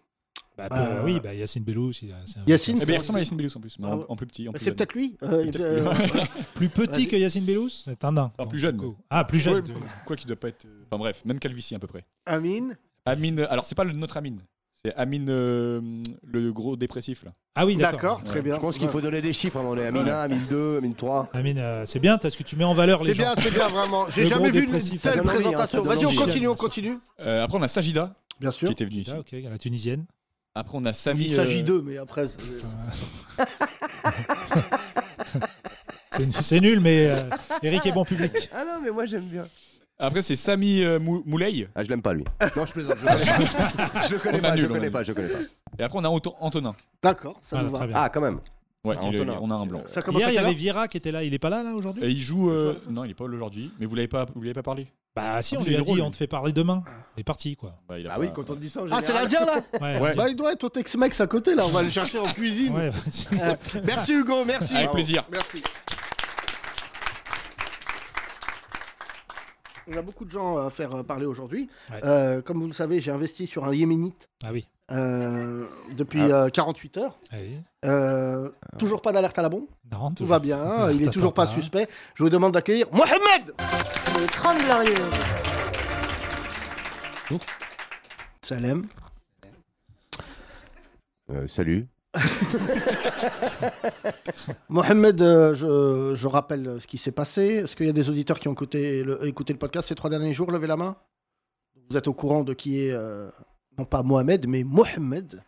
Bah, Bah, euh, oui, bah, Yacine Bellous, il a- c'est un- Yacine, Eh ben, il ressemble à Yacine Bellus en plus, mais Ah en, ouais. en plus petit. En plus C'est jeune. peut-être lui euh, C'est peut-être euh, lui. plus petit Vas-y. que Yacine Bellous C'est un nain. Ah, Donc, plus jeune. du coup. Ah, plus jeune. Ouais, Quoi qu'il doit pas être. euh, Enfin bref, même calvitie à peu près. Ah, Amine. Amine. Alors, c'est pas le, notre Amine. C'est Amine, euh, le gros dépressif là. Ah oui, d'accord. D'accord, très Ouais. bien. Je pense qu'il faut donner des chiffres. hein, On est à 1001, 1002, 1003. Amine, euh, c'est bien parce que tu mets en valeur les C'est gens. bien, c'est bien vraiment. J'ai Le jamais gros vu une dépressif, ça telle donne envie, hein, présentation. ça donne Vas-y, on envie. continue, on continue. Euh, après, on a Sajida Bien qui sûr. était venu ici. Ah, ok, la Tunisienne. Après, on a Samy. Il s'agit euh, d'eux, mais après. c'est- C'est c'est nul, mais euh, Eric est bon public. Ah non, mais moi j'aime bien. Après, c'est Samy euh, Mou- Moulay. Ah, je l'aime pas lui. Non, je plaisante. Je le connais pas. Je le connais On pas, je annule, le on connais annule. pas, je le connais pas. Et après, on a Anto- Antonin. D'accord, ça Voilà, nous va. très bien. Ah, quand même. Ouais, Ah, il est- Antonin. on a un blanc. Ça commence Hier, à il y quelle avait heure Vira qui était là. Il est pas là, là, aujourd'hui Et il joue. euh, Non, il est pas là aujourd'hui. Mais vous l'avez pas, vous l'avez pas parlé. Bah, si, Ah, on il lui est a drôle, dit, on lui. te fait parler demain. Il est parti, quoi. Bah, il a Bah pas- oui, quand on te dit ça, en Ah, général. c'est l'Indien là Ouais, Ouais. Bah, il doit être au Tex-Mex à côté là. On va le chercher en cuisine. ouais, vas-y. Euh, merci Hugo, merci. Avec plaisir. Merci. On a beaucoup de gens à faire euh, parler aujourd'hui. Ouais. Euh, comme vous le savez, j'ai investi sur un yéménite Ah oui. euh, depuis Ah. euh, 48 heures. Allez. Euh, toujours pas d'alerte à la bombe. Non, Tout va bien, hein, Non, il est t'attends toujours pas pas. suspect. Je vous demande d'accueillir Mohamed Les 30 Glorieuses. Salem. Euh, salut. Mohamed, euh, je, je rappelle ce qui s'est passé. Est-ce qu'il y a des auditeurs qui ont écouté le, écouté le podcast ces trois derniers jours Levez la main. Vous êtes au courant de qui est, euh, non pas Mohamed, mais Mohamed.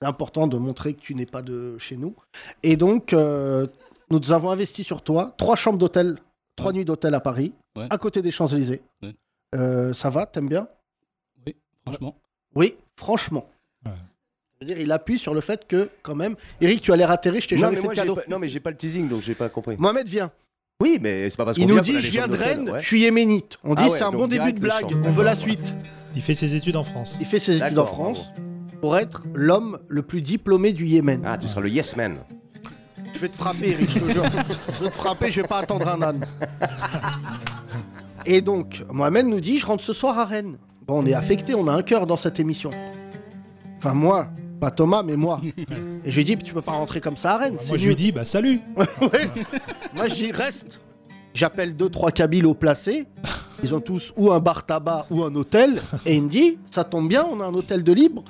C'est important de montrer que tu n'es pas de chez nous. Et donc, euh, nous avons investi sur toi trois chambres d'hôtel, trois nuits d'hôtel à Paris, Ouais. à côté des Champs-Élysées. Ouais. Euh, ça va T'aimes bien Oui, franchement. Oui, franchement. Ouais. Je veux dire, il appuie sur le fait que, quand même, Eric, tu as l'air atterri, je t'ai Non jamais mais, fait moi, de j'ai cadeau. pas... non, mais j'ai pas le teasing, donc j'ai pas compris. Mohamed vient. Oui, mais c'est pas parce qu'on Il nous vient dit qu'on a Je les viens de chambres Rennes, d'hôtel, ouais. je suis yéménite. On dit Ah ouais, C'est un donc bon début direct, de le blague, champ. on veut la suite. Il fait ses études en France. Il fait ses études en D'accord, France pour être l'homme le plus diplômé du Yémen. Ah, tu seras le yes man. Je vais te frapper, Eric, je te jure. Je vais te frapper, je vais pas attendre un âne. Et donc, Mohamed nous dit Je rentre ce soir à Rennes. Bon, on est affecté, on a un cœur dans cette émission. Enfin, moi, pas Thomas, mais moi. Et je lui dis Tu peux pas rentrer comme ça à Rennes. Moi, c'est je lui nul. dis, bah, salut. Ouais. Moi, j'y reste. J'appelle deux, trois Kabyles au placé. Ils ont tous ou un bar tabac ou un hôtel. Et il me dit, ça tombe bien, on a un hôtel de libre,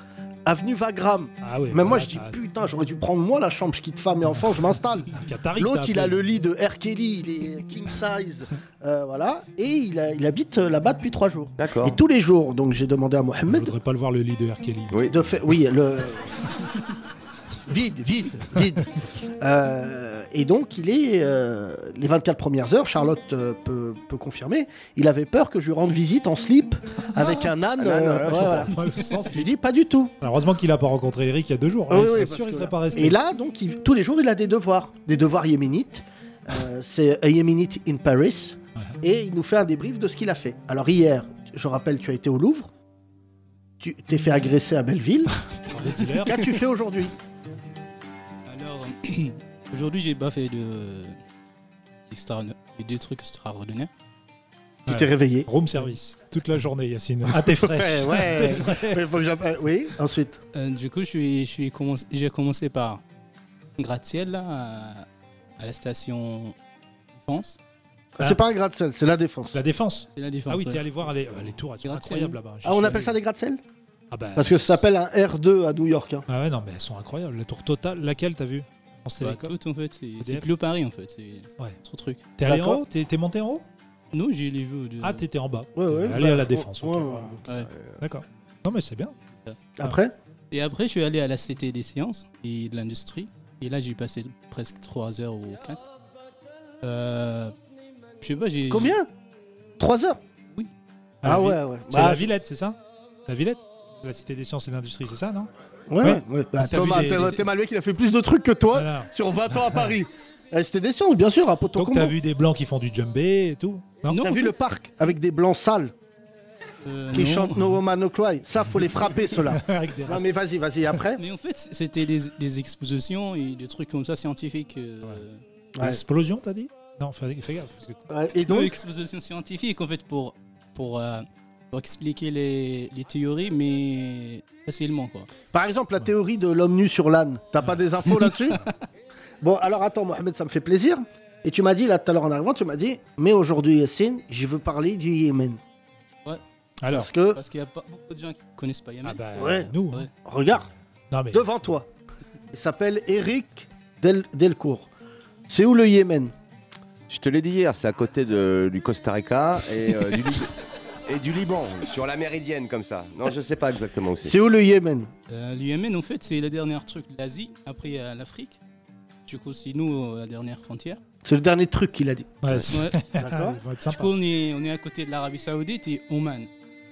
avenue Wagram. Ah oui. Mais moi, voilà, je dis, t'as- putain, j'aurais dû prendre moi la chambre, je quitte femme et enfant, je m'installe. un Qatari que L'autre, t'as il a appelé. le lit de R. Kelly, il est king size. Euh, voilà. Et il, a- il habite euh, là-bas depuis trois jours. D'accord. Et tous les jours, donc j'ai demandé à Je Mohamed voudrais pas le voir le lit de R. Kelly. Oui. de fait, oui, le. vide, vide, vide. Euh, et donc, il est. euh, les 24 premières heures, Charlotte euh, peut, peut confirmer, il avait peur que je lui rende visite en slip avec Ah. un âne. Un âne, euh, ouais, ouais, je comprends. ouais. Pas le sens. Je lui dis pas du tout. Alors, heureusement qu'il a pas rencontré Eric il y a deux jours. Ah Là, oui, il serait oui, sûr, il parce que serait là- pas resté. Et là, donc, il- tous les jours, il a des devoirs. Des devoirs yéménites. Euh, c'est a Yéménite in Paris. Ouais. Et il nous fait un débrief de ce qu'il a fait. Alors, hier, je rappelle, tu as été au Louvre. Tu t'es fait agresser à Belleville. Par des dealers. Qu'as-tu fait aujourd'hui Alors, Aujourd'hui, j'ai pas fait de. extraordinaire. J'ai des trucs extraordinaires. Tu t'es réveillé. Room service. Toute la journée, Yacine. Ah, À tes frais. ouais. Mais faut que j'appelle- Oui, ensuite. Euh, du coup, je suis, je suis commencé- j'ai commencé par gratte-ciel là, à, à la station Défense. Ah, Ah. C'est pas un gratte-ciel, c'est la défense. La défense. C'est la Défense. Ah oui, ouais. t'es allé voir les, les tours, elles sont Gratte-ciel. incroyables là-bas. J'y Ah, on suis appelle ça allé. des gratte-ciel Ah bah, Parce que ça s'appelle un R2 à New York. hein. Ah ouais, non, mais elles sont incroyables. La tour totale, laquelle t'as vu En Bah, Télécom. tout en fait. C'est EDF. c'est plus au Paris hein. en fait. C'est Ouais. c'est trop truc. T'es allé en D'accord. haut T'es t'es monté en haut Nous, j'ai les vues. De... Ah, t'étais en bas. Ouais, ouais. Allez bah, à la défense. ouais, ok. ouais. Ouais. D'accord. Non, mais c'est bien. Après Et après, je suis allé à la Cité des sciences et de l'industrie. Et là, j'ai passé presque 3 heures ou 4. Euh, je sais pas, j'ai. Combien 3 heures Oui. Ah, Ah oui. ouais, ouais. C'est Bah, la Villette, c'est ça La Villette La Cité des sciences et de l'industrie, c'est ça, non Ouais, Ouais. ouais. Bah, T'as vu Thomas, des- t'es t'es mal qu'il a fait plus de trucs que toi Voilà. sur 20 ans à Paris. Eh, C'était des sciences, bien sûr, à Poto Donc, t'as vu des blancs qui font du jumbé et tout Non, T'as vu le parc avec des blancs sales Euh, qui non. chantent No Woman No Cry. Ça, faut les frapper, ceux-là. Avec des Non, rastas. mais vas-y, vas-y, après. Mais en fait, c'était des, des expositions et des trucs comme ça scientifiques. euh, Ouais. Explosion, t'as dit Non, fais, fais gaffe. parce que- Ouais, Et Une donc, exposition scientifique en fait pour, pour, euh, pour expliquer les, les théories, mais facilement quoi. par exemple, la théorie de l'homme nu sur l'âne, t'as pas des infos là-dessus Bon, alors attends, Mohamed, ça me fait plaisir. Et tu m'as dit, là, tout à l'heure en arrivant, tu m'as dit, mais aujourd'hui, Yassine, je veux parler du Yémen. Alors, Parce que, Parce qu'il n'y a pas beaucoup de gens qui connaissent pas Yaman. ah bah, Ouais. nous. Ouais. hein. Euh, regarde, Non, mais devant toi. Il s'appelle Eric Del Delcourt. C'est où le Yémen Je te l'ai dit hier, c'est à côté de- du Costa Rica et, euh, du, Lib- et du Liban, sur la méridienne comme ça. Non, je sais pas exactement où c'est. C'est où le Yémen Euh, le Yémen, en fait, c'est le dernier truc de l'Asie, après il y a l'Afrique. Du coup, c'est nous euh, la dernière frontière. C'est le dernier truc qu'il a dit. Ouais, c'est- Ouais. D'accord. ils vont être du sympas. coup, on est, on est à côté de l'Arabie Saoudite et Oman.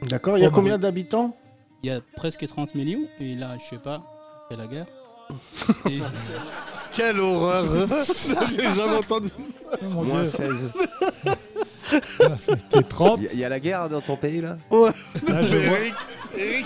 D'accord. Il y a Oh, combien mais- d'habitants Il y a presque 30 millions, et là, je sais pas, c'est la guerre. Et- Quelle horreur J'ai jamais entendu. Oh, mon Moins Dieu. 16. T'es 30. Il y, a la guerre dans ton pays là Là, je vois. Des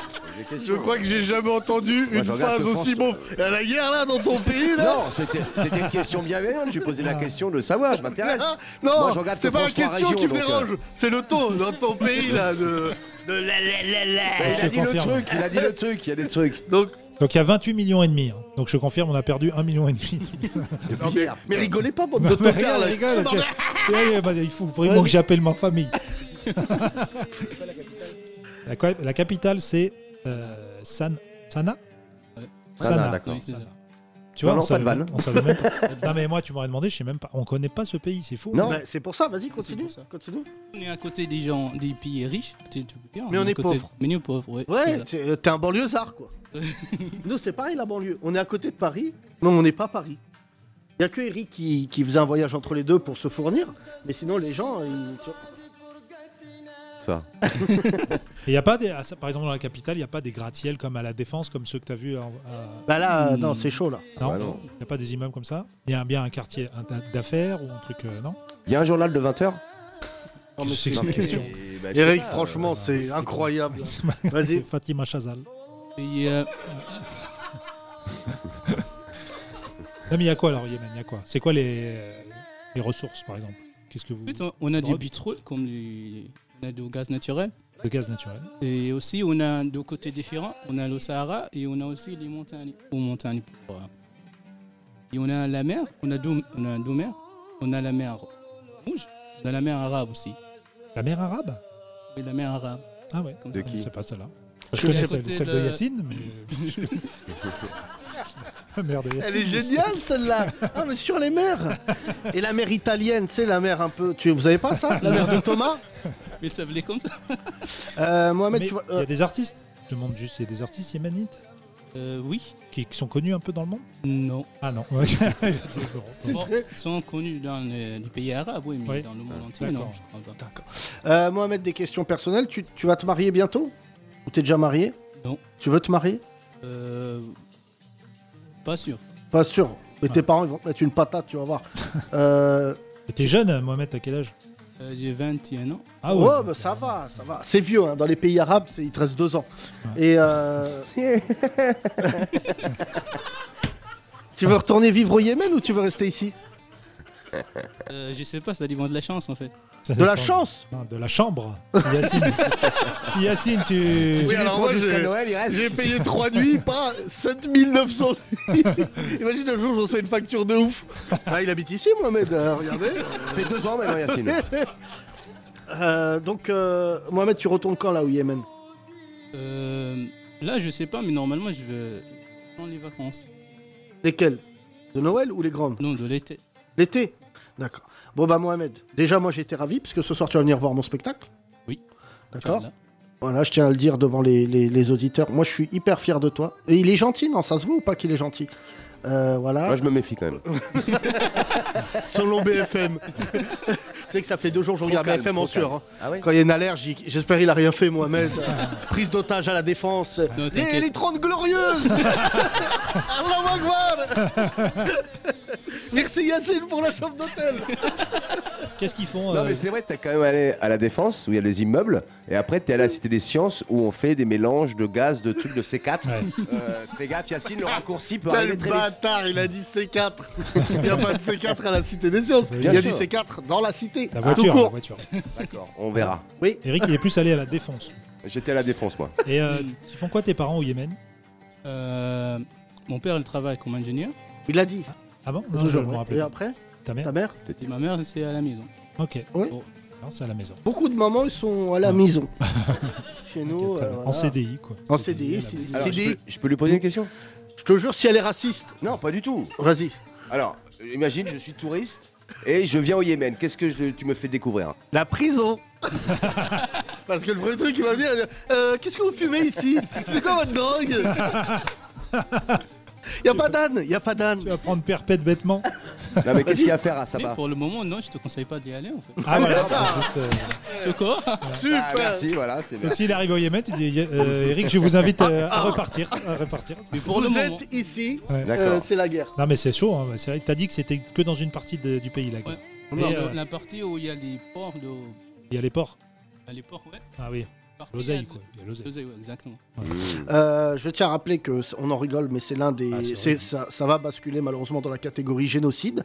questions. que j'ai jamais entendu Moi, je regarde que France- Il y a la guerre là Ah. dans ton pays Non, c'était c'était une question bienveillante. J'ai posé la question de savoir, je m'intéresse. Moi, je regarde que France trois régions, donc, euh, C'est le ton dans ton pays là de. de la, la, la, la. Il Je a dit le confirme. truc, il a dit le truc, il y a des trucs. Donc, Donc, il y a 28 millions et demi. hein. Donc, je confirme, on a perdu 1 million et demi. non, mais, mais rigolez pas, bande de Non, mais tocards regarde, là. regarde, t'es- Eh, eh, bah, Il faut vraiment que j'appelle ma famille. La quoi- La capitale, c'est euh, San- Sana Ouais. Sana, d'accord. Oui, c'est ça. Tu vois, Non, on non, pas de savait- vanne. on savait même pas. Non, mais moi, tu m'aurais demandé, je sais même pas. On connaît pas ce pays, c'est fou. Non. Bah, c'est pour ça, vas-y, continue. pour ça. continue. On est à côté des gens, des pays riches. t'es- tu peux dire, Mais on à est côté- pauvres. Mais nous pauvres, ouais. c'est Ouais, ça. euh, t'es t'es un banlieusard quoi. Nous, c'est pareil la banlieue. On est à côté de Paris, mais on n'est pas Paris. Il n'y a que Eric qui, qui faisait un voyage entre les deux pour se fournir, mais sinon les gens. Ils... tu vois. Ça. Et y a pas des, à ça- par exemple, dans la capitale, il n'y a pas des gratte-ciel comme à la Défense, comme ceux que tu as vus. euh, à- à- Bah là, Hmm. non, c'est chaud là. bah Ah non, non. il n'y a pas des immeubles comme ça. Il y a un- bien un quartier un tas d'affaires ou un truc, euh, non Il y a un journal de 20h Non, mais c'est c'est- une question. bah, Eric, franchement, euh, c'est incroyable. C'est Vas-y. Fatima Chazal. Et, euh, Non, mais il y a quoi alors au Yémen Il y a quoi C'est quoi les, les ressources, par exemple Qu'est-ce que vous. en fait, on- on a du Drogue. pétrole, comme du, on a du gaz naturel. Le gaz naturel. Et aussi, on a deux côtés différents. On a le Sahara et on a aussi les montagnes. Ou montagnes pour, euh, Et on a la mer, on a deux, on a deux mers. On a la mer rouge, on a la mer arabe aussi. La mer arabe Et la mer arabe. Ah ouais. comme De ça. qui C'est pas celle-là. Parce Je que connais c'est celle, côté celle de de- Yacine, mais. Ah, La mer de Yacine. Elle est géniale celle-là. Ah, on est sur les mers. Et la mer italienne, c'est la mer un peu. Tu, vous avez pas ça La mer de Thomas Mais ça voulait comme ça. Euh, Mais Mohamed, Il tu vois. y a euh, des artistes. Je demande juste, il y a des artistes yéménites Euh, oui, qui, qui sont connus un peu dans le monde non. Ah non. Ouais. Bon, ils sont connus dans le- les pays arabes, oui, mais Oui. dans le monde entier, D'accord. non, je crois pas. euh, Mohamed, des questions personnelles. Tu, tu vas te marier bientôt Ou t'es déjà marié Non. Tu veux te marier Euh, pas sûr. Pas sûr. Mais tes Ouais. parents, ils vont te mettre une patate, tu vas voir. Euh, Et T'es jeune, Mohamed, t'as quel âge Euh, J'ai 21 ans. Ah ouais, bah, ça va, ça va. C'est vieux, hein. dans les pays arabes, c'est- il te reste deux ans. Et. euh, Tu veux retourner vivre au Yémen ou tu veux rester ici Euh, je sais pas, ça dépend de la chance en fait. Ça De la dépend. chance Non, de la chambre. Si Yacine, si Yacine tu. Tu Oui, les alors prends moi, jusqu'à j'ai- Noël, il reste. J'ai payé 3 nuits, pas 7900 nuits. Imagine un jour, j'en fais une facture de ouf. Ah, il habite ici, Mohamed, euh, regardez. Ça fait deux ans maintenant, Yacine. Euh, donc, euh, Mohamed, tu retournes quand là au Yémen Euh, là, je sais pas, mais normalement, je vais prendre les vacances. Lesquelles De Noël ou les grandes Non, de l'été. L'été D'accord. Bon, bah, Mohamed, déjà, moi, j'étais ravi, parce que ce soir, tu vas venir voir mon spectacle. Oui. D'accord Là. Voilà, je tiens à le dire devant les, les- les auditeurs. Moi, je suis hyper fier de toi. Et il est gentil, non Ça se voit ou pas qu'il est gentil Euh, Voilà. Moi, je me méfie quand même. Selon BFM. c'est que ça fait deux jours que je regarde calme, BFM en trop sueur. calme. hein. Ah ouais Quand il y a une allergie, j'espère qu'il a rien fait, Mohamed. Prise d'otage à la défense. Non, les, t'inquiète. les 30 glorieuses Allahu Akbar Merci Yacine pour la chambre d'hôtel Qu'est-ce qu'ils font Non, euh, mais c'est vrai, t'as quand même allé à la Défense où il y a les immeubles, et après t'es allé à la Cité des Sciences où on fait des mélanges de gaz, de trucs de C4. Ouais. Euh, fais gaffe, Yacine, le raccourci peut Quel arriver très vite. bâtard, il a dit C4 Il n'y a pas de C4 à la Cité des Sciences. Bien il y a sûr. du C4 dans la Cité. La tout voiture, la court. voiture. D'accord, on verra. Eric, il est plus allé à la défense. J'étais à la Défense, moi. Et euh, ils font quoi tes parents au Yémen Hmm. Euh, mon père, il travaille comme ingénieur Il l'a dit. Ah bon Non, je me rappelle. Et pas. après, Ta ta mère mère et ma mère, c'est à la maison. Oh. Ok. Oui. Bon. Non, c'est à la maison. Beaucoup de mamans, ils sont à la maison. Chez nous. Ok, très euh, bien. voilà. En CDI, quoi. En à CDI, la si- maison. Alors, C'est je, dit. peux, je peux lui poser une question Je te jure, si elle est raciste, Non, pas du tout. vas-y. Alors, imagine, je suis touriste et je viens au Yémen. Qu'est-ce que je- tu me fais découvrir La prison Parce que le vrai truc, il va venir, il va dire Euh, Qu'est-ce que vous fumez ici C'est quoi votre drogue Y a pas d'âne, y a pas Tu d'âne. vas prendre perpète bêtement. Non, mais qu'est-ce qu'il y a à faire à Mais Sabah pour le moment, non, je te conseille pas d'y aller en fait. Ah voilà. Juste, euh, Tout court. Ah, Super Merci, voilà, c'est bien. donc s'il arrive au Yémen, tu dis euh, Eric, je vous invite euh, Ah. à repartir. À repartir. Mais pour le Vous moment. êtes ici, Ouais. euh, D'accord. c'est la guerre. Non mais c'est chaud, hein. c'est vrai que t'as dit que c'était que dans une partie de- du pays là. Ouais. Mais, Mais, euh, euh, La partie où il y a les ports de. Il y a les ports. à les ports, ouais. Ah oui, Partie, il l'oseille y a quoi. de- Il y a l'oseille. L'oseille, ouais, exactement. Euh, je tiens à rappeler que c- on en rigole, mais c'est l'un des. Ah, c'est c'est- horrible. ça, ça va basculer malheureusement dans la catégorie génocide,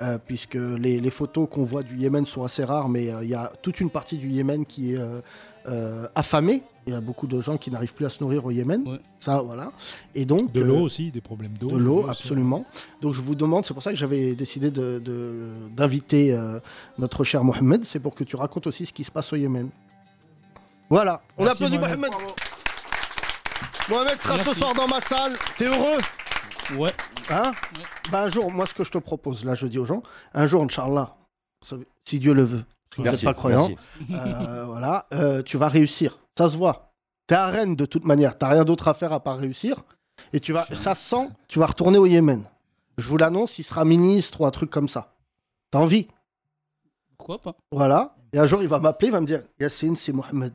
euh, puisque les, les photos qu'on voit du Yémen sont assez rares, mais euh, il y a toute une partie du Yémen qui est euh, euh, affamée. Il y a beaucoup de gens qui n'arrivent plus à se nourrir au Yémen. Ouais. Ça, voilà. Et donc De euh, l'eau aussi, des problèmes d'eau. de l'eau, aussi. absolument. Donc je vous demande, c'est pour ça que j'avais décidé de- de- d'inviter euh, notre cher Mohamed, c'est pour que tu racontes aussi ce qui se passe au Yémen. Voilà, on Merci, applaudit Mohamed. Mohamed. Mohamed sera ce Merci. soir dans ma salle. T'es heureux Ouais. Hein Bah, un jour, moi ce que je te propose, là je dis aux gens, un jour, Inch'Allah, vous savez, si Dieu le veut, parce que vous n'êtes Merci, pas croyant, merci. euh, voilà, euh, tu vas réussir. Ça se voit. T'es à Rennes de toute manière. T'as rien d'autre à faire à part réussir. Et tu vas, ça se sent, tu vas retourner au Yémen. Je vous l'annonce, il sera ministre ou un truc comme ça. T'as envie Pourquoi pas Voilà. Et un jour, il va m'appeler, il va me dire Yacine, c'est Mohamed.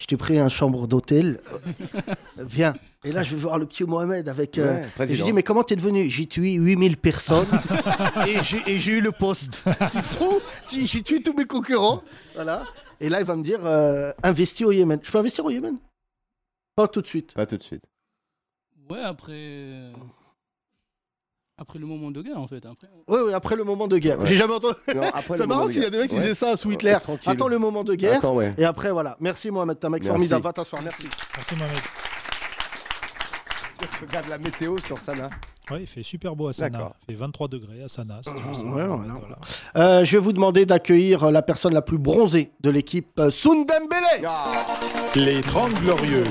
Je t'ai pris un chambre d'hôtel. Euh, Viens. Et là, je vais voir le petit Mohamed avec. euh, Ouais, et je président. dis, mais comment t'es devenu J'ai tué 8000 personnes et j'ai- et j'ai eu le poste. C'est fou Si, j'ai tué tous mes concurrents. Voilà. Et là, il va me dire, euh, investis au Yémen. Je peux investir au Yémen Pas tout de suite. Pas tout de suite. Ouais, après. euh, Après le moment de guerre en fait. Après, Oui, oui, après le moment de guerre. Ouais. J'ai jamais entendu. Non, après C'est le moment marrant de s'il y a guerre. des mecs qui Ouais. disaient ça sous Hitler. tranquille. Attends le moment de guerre. Attends, ouais. Et après, voilà. Merci Mohamed, t'es un mec Merci. formidable. Va t'asseoir, merci. Merci Mohamed. Je regarde la météo sur Sana. Ouais, il fait super beau à Sana. D'accord. Il fait 23 degrés à Sana. c'est tout ça. Ouais, voilà, Voilà. voilà. Euh, je vais vous demander d'accueillir euh, la personne la plus bronzée de l'équipe, euh, Sundembele. Ah. Les 30 Glorieuses.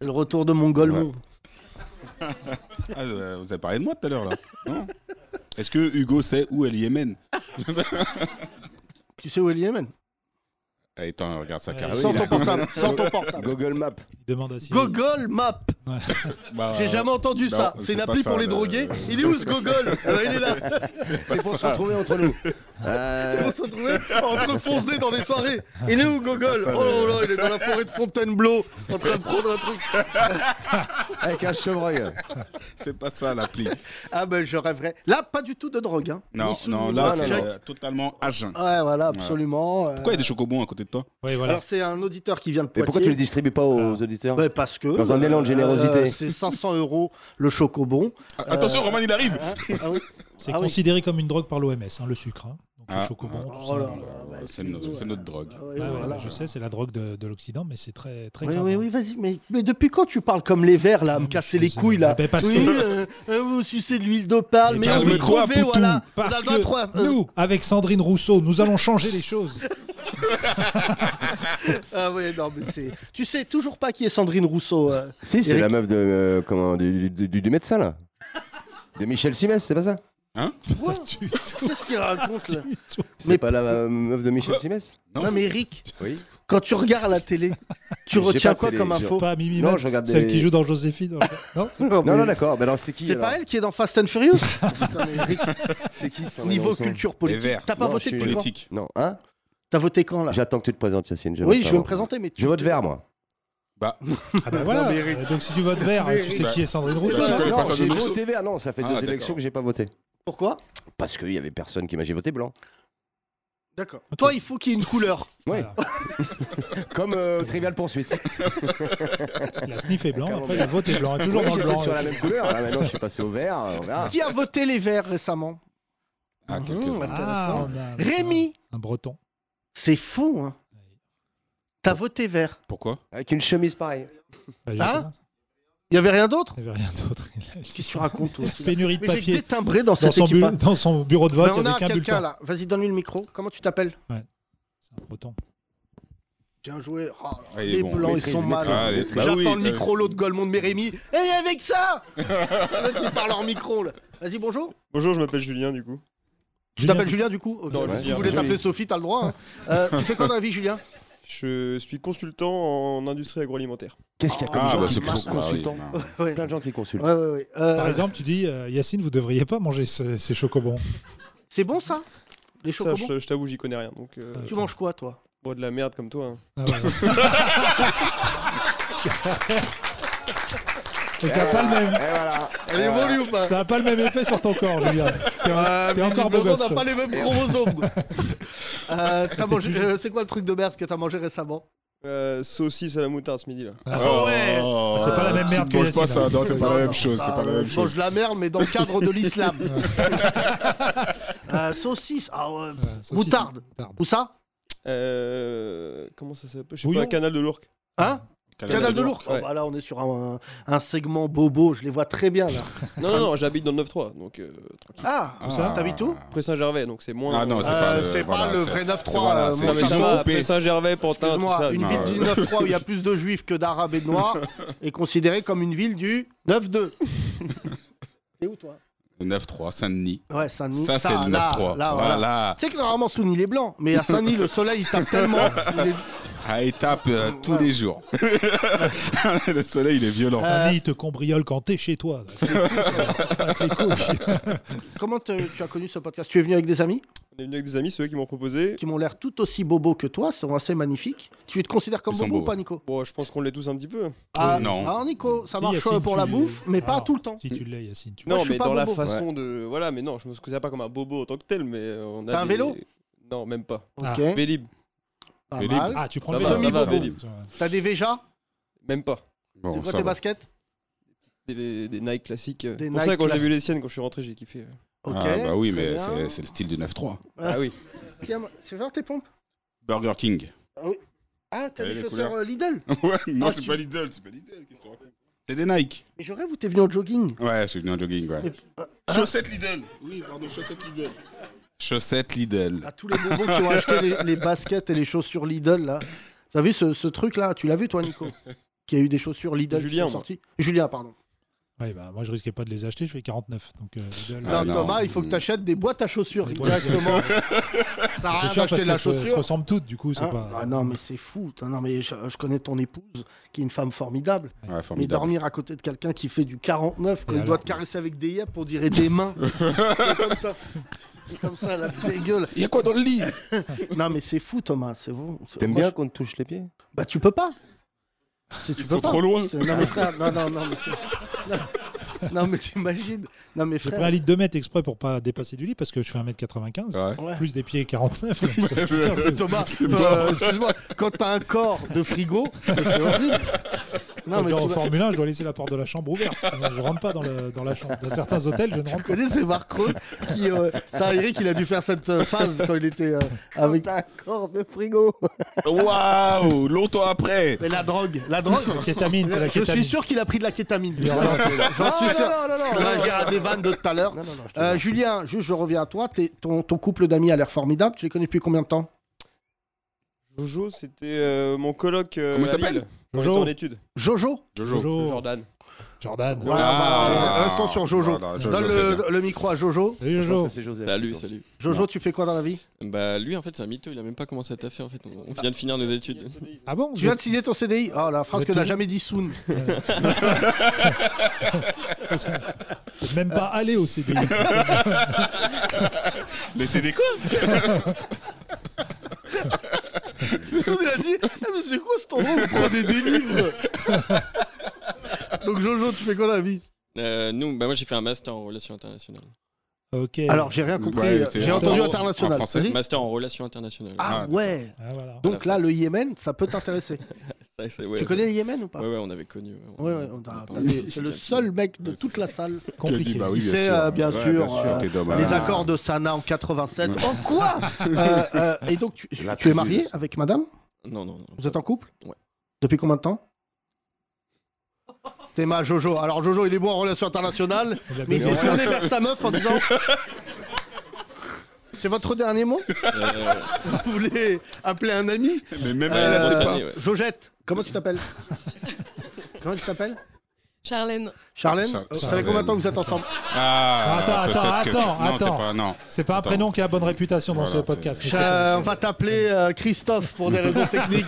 C'est le retour de mon Golmon. Ah, euh, vous avez parlé de moi tout à l'heure là. Non Est-ce que Hugo sait où est le Yémen Tu sais où est le Yémen Eh, Attends, regarde sa Ouais. carte. Ah oui, Sans il ton a- portable. sans ton portable. Google Maps. Il demande à Cyril. Google Map. Bah, J'ai jamais entendu non, ça. C'est une pas appli ça, pour les le- drogués. Il est où ce Gogol Ah bah, Il est là. C'est pour se retrouver entre nous. On se retrouvait entre fonce-nez dans des soirées. Il est où, Gogol Oh là là, il est dans la forêt de Fontainebleau, en train de prendre un truc. Avec un chevreuil. C'est pas ça l'appli. Ah ben, je rêverais. Là, pas du tout de drogue. Hein. Non, Ni sous- non, là, ni c'est Jack. euh, totalement agent. Ouais, voilà, absolument. euh, Pourquoi il y a des chocobons à côté de toi Alors, c'est un auditeur qui vient de Mais Poitiers. pourquoi tu ne les distribues pas aux auditeurs Ben, Parce que. Dans un élan de générosité. euh, c'est 500 euros le chocobon. Attention, Roman, il arrive Ah, ah oui. C'est Ah oui. considéré comme une drogue par l'OMS, le sucre. hein. Donc Ah. le chocobon, tout Oh ça. là Ouais, là, bah, C'est notre, c'est notre drogue. ouais, ouais, voilà. Je sais, c'est la drogue de, de l'Occident, mais c'est très, très Oui, grave. oui, hein. oui, vas-y. Mais, mais depuis quand tu parles comme les verts, là, à Non, me mais casser je les sais. couilles, là Ben, parce Oui, que- euh, euh, vous sucez de l'huile d'opale, mais on veut calme-toi, trouver, Poutou, voilà. On a Parce le droit que de trois- euh, nous, avec Sandrine Rousseau, nous allons changer les choses. Ah ouais, non, mais c'est... Tu sais toujours pas qui est Sandrine Rousseau. euh. Si, c'est Eric- la meuf de, euh, comment, du, du- du- du médecin, là. De Michel Simès, c'est pas ça Hein Quoi Qu'est-ce qu'il raconte, là C'est Mais- pas la euh, meuf de Oh Michel Simès Non, mais Eric, Oui. quand tu regardes la télé, tu J'ai retiens pas quoi télé, comme j'ai info Pas Mimi Non, Mel, je regarde celle des- qui joue dans Joséphine. Non, Non, non, mais- d'accord. Mais alors, c'est qui C'est alors pas elle qui est dans Fast and Furious Putain, mais Eric, C'est qui Sandrine Niveau Rousseau culture Les politique. Verts. T'as pas Non, voté je suis- depuis quand Politique. Non, hein T'as voté quand, là J'attends que tu te présentes, Yacine. Oui, je vote vais me avant. présenter, mais tu... Je vote vert, moi. Ah bah voilà. euh, Donc si tu votes vert, Mais- tu sais Bah- qui est Sandrine Rousseau. hein Bah, tu connais pas Non, ça de j'ai Rousseau voté vert. Non, ça fait Ah, deux d'accord. élections que j'ai pas voté. Pourquoi Parce qu'il y avait personne qui m'a. J'ai voté blanc. D'accord. Toi, il faut qu'il y ait une couleur. Oui. Voilà. Comme euh, Trivial Poursuite. La sniff est blanc, après la vote est blanc. Toujours Oui, dans le j'étais blanc. sur la là. même couleur. Là, maintenant, je suis passé au vert. euh, On Ah. verra. hein. Qui a voté les Verts récemment Ah, Mmh, quelques-uns. Ah, on a un- Rémi Un breton. C'est fou, hein T'as voté Vert. Pourquoi Avec une chemise pareille. Bah, Ah justement, Il y avait rien d'autre Il n'y avait rien d'autre. Il a dit- Qu'est-ce que tu racontes, toi aussi Pénurie de Mais j'ai papier. détimbré dans Dans cette son, équipe. hein. bu- dans son bureau de vote, Ben, il on n'y a avait qu'un quelqu'un bulletin. là. Vas-y, donne-lui le micro. Comment tu t'appelles C'est un breton. Bien joué. Oh, Ah, il est les bon. blancs, Maîtrise, ils sont mal. maîtrise. Ah, les- bah J'entends oui, le t'as- micro, l'autre Golemont de Mérémy. Et avec ça Ils parlent leur micro, là. Vas-y, bonjour. Bonjour, je m'appelle Julien du coup. Tu t'appelles Julien, du coup Ok. Non, Si Julien, vous voulez joli. t'appeler Sophie, t'as le droit. hein. Euh, tu fais quoi dans la vie, Julien Je suis consultant en industrie agroalimentaire. Qu'est-ce qu'il y a comme Ah, gens bah, qui c'est marchent pour- consultant. ah oui, non. Ouais, Plein de gens qui consultent. ouais, ouais. ouais. Euh, Par exemple, tu dis, euh, Yacine, vous devriez pas manger ce- ces chocobons. C'est bon, ça Les Ça, chocobons je, je t'avoue, j'y connais rien. Donc, euh, Tu manges quoi, toi bois de la merde comme toi. hein. Ah, voilà. Ah, Et ça n'a pas le même. Et voilà. Elle est voilà. volée ou pas Euh, Ça n'a pas le même effet sur ton corps, Julien. T'es un- t'es encore beau Visiblement, gosse. on n'a toi. pas les mêmes chromosomes. Euh, t'as mangé- euh, c'est quoi le truc de merde que t'as mangé récemment Euh, saucisse à la moutarde ce midi là. Ah ouais. Oh. C'est pas la même merde que Tu manges pas Yacine, ça, hein. non, c'est pas la même chose. C'est Ah, pas la euh, même Je chose. mange la merde, mais dans le cadre de l'islam. Euh, saucisse, ah, ouais. Ouais, saucisse. moutarde. Où ça Euh, comment ça s'appelle Je sais Bouillon. pas, canal de l'Ourcq. Hein Canal de l'Ourcq. ouais. Oh, bah là, on est sur un, un segment bobo, je les vois très bien là. Non, non, non, j'habite dans le 9-3, donc euh, tranquille. Ah, Où ça T'habites où Après Saint-Gervais, donc c'est moins. Ah non, c'est Euh, pas le, c'est pas voilà, le c'est- vrai 9-3, c'est- voilà, euh, c'est- mon Non, mais ils ça ont va, coupé. après Saint-Gervais, Pantin, tout Excuse-moi, ça. une Ah, ville du 9-3 où il y a plus de juifs que d'arabes et de noirs est considérée comme une ville du 9-2. T'es où toi 9-3, Saint-Denis. Ouais, Saint-Denis. Ça, c'est le là, 9-3. là, voilà. Voilà. Tu sais que normalement, Souni, il est blanc, mais à Saint-Denis, le soleil, il tape tellement. il est- À étape euh, tous les jours. Le soleil, il est violent. Euh, Sa vie te cambriole quand t'es chez toi. là. Comment te- tu as connu ce podcast Tu es venu avec des amis On est venu avec des amis, ceux qui m'ont proposé. qui m'ont l'air tout aussi bobos que toi, sont assez magnifiques. Tu te considères comme Ils sont bobo ou beaux, pas, ouais. Nico Bon, je pense qu'on l'est tous un petit peu. ah, Non. ah, Nico, ça Si, marche Yacine, pour tu Ah. la l'es. bouffe, mais pas Alors, tout le temps. Si tu l'ais, Yacine, tu Moi, non, je suis mais pas dans la bobo. façon de. Voilà, mais non, je me considère pas comme un bobo en tant que tel, mais euh, on a. T'as un des- vélo Non, même pas. Ok, Vélib, pas Vélib. mal. Ah, tu prends Ça le va, vélo. ça va, Bon, Vélib. tu vois. T'as des Véjas même pas. Bon, C'est quoi ça tes va. baskets Des, des Nike classiques. euh. Des C'est pour Nike ça, quand j'ai classiques. vu les siennes, quand je suis rentré, j'ai kiffé. Ok. Ah, bah oui, très mais bien. c'est c'est le style du 9-3. Ah oui. Tiens, C'est vrai tes pompes Burger King. Ah, t'as Allez, les des chaussures couleurs. euh, Lidl Ouais, non, Ah, c'est tu- pas l'idole, c'est pas l'idole. Qu'est-ce que tu racontes C'est des Nike. Mais je rêve où t'es venu en jogging Ouais, je suis venu en jogging, ouais. Ah. Chaussettes Lidl. Oui, pardon, chaussettes Lidl. Chaussettes Lidl. À tous les bobos qui ont acheté les, les baskets et les chaussures Lidl, là. T'as vu ce, ce truc-là Tu l'as vu, toi, Nico Qui a eu des chaussures Lidl qui Julien, sont moi. sorties Julien, pardon. Ouais, bah, moi, je risquais pas de les acheter, je fais 49. Donc, euh, Lidl, Ah, non, non. Thomas, il faut que t'achètes des boîtes à chaussures. Des boîtes à- Exactement. Ça c'est a rien chiant parce d'acheter la qu'elles se- se, chaussure. ressemblent toutes, du coup. c'est Hein pas... Ah non, mais c'est fou. putain, Non, mais je, je connais ton épouse, qui est une femme formidable. Ouais, Mais formidable. dormir à côté de quelqu'un qui fait du 49, quand Et il alors doit te caresser avec des yeux, on dirait des mains. C'est comme ça. Comme ça, la dégueule. Il y a quoi dans le lit Non, mais c'est fou, Thomas, c'est bon. T'aimes Moi, bien je- qu'on te touche les pieds Bah, tu peux pas. Si tu Ils peux sont pas. trop loin. C'est- Non, mais frère, non, non, non. Mais c'est- non. non, mais t'imagines. Non, mais J'ai frère. pris un litre de mètre exprès pour pas dépasser du lit parce que je fais 1m95, Ouais. plus des pieds 49. Thomas, C'est euh, mort. excuse-moi, quand t'as un corps de frigo, mais c'est horrible. Non, mais en tu- Formule 1, je dois laisser la porte de la chambre ouverte. sinon je rentre pas dans, le- dans la chambre. Dans certains hôtels, je ne Tu rentre pas. connais ces Marc Reux qui. euh, ça a Eric, il a dû faire cette euh, phase quand il était euh, avec. un corps de frigo. Waouh, longtemps après. Mais la drogue, la drogue. La kétamine, c'est la Je kétamine. suis sûr qu'il a pris de la kétamine. Non, non, c'est la- J'en suis Non, sûr. non, non, non, Là, non, j'ai non. un Ah, des vannes de tout à l'heure. Euh, Julien, juste, je reviens à toi. T'es- ton, ton couple d'amis a l'air formidable. Tu les connais depuis combien de temps Jojo, c'était euh, mon coloc. euh, Comment il à s'appelle Lille, quand Jojo j'étais en études. Jojo Jojo. Jojo. Jordan. Jordan. Voilà, Ah. bah, Restons sur Jojo. Donne le, le micro à Jojo. Salut Je pense que c'est Joseph. Salut, salut. Jojo, tu fais quoi dans la vie Bah lui en fait c'est un mytho, il a même pas commencé à taffer en fait. On, on vient de finir nos études. Ah bon Tu viens de signer ton CDI Oh, la phrase êtes que n'a toujours- jamais dit Soon. Même pas aller au CDI. Mais c'est des quoi Soon, il a dit Ah, mais c'est quoi cet endroit où vous prenez des livres Donc, Jojo, tu fais quoi dans la vie Euh, nous, bah moi j'ai fait un master en relations internationales. Ok. Alors, j'ai rien compris. Ouais, c'est- j'ai en- entendu en- international. en français. Vas-y. Master en relations internationales. Ah, ouais. Donc là, le Yémen, ça peut t'intéresser. Ça, c'est- ouais. tu connais le Yémen ou pas Ouais ouais on avait connu. ouais. Ouais, ouais, on a- t'as des- c'est le seul mec de toute la salle Compliqué. Qui a dit, bah oui, qui bien sait, sûr. euh, bien Ouais, sûr, bien sûr, euh, t'es dommage. les accords de Sana en 87. Ouais. En quoi Euh, euh, Et donc, tu, La tu es tribu. marié avec madame Non non non. Vous êtes en couple Ouais. Depuis combien de temps Théma, Jojo. Alors, Jojo, il est bon en relations internationales, mais il s'est tourné vers sa meuf en disant C'est votre dernier mot Euh, Vous voulez appeler un ami Euh, Mais même elle, elle sait pas. Jojette, comment tu t'appelles Comment tu t'appelles Charlène. Charlène Char- Euh, Ça fait Charlène. combien de temps que vous êtes ensemble Ah, attends, peut-être attends, que- attends, non, attends. C'est pas, non. C'est pas un Attends. prénom qui a bonne réputation dans Voilà, ce podcast. mais c'est Cha- pas- on va t'appeler euh, Christophe pour des raisons techniques.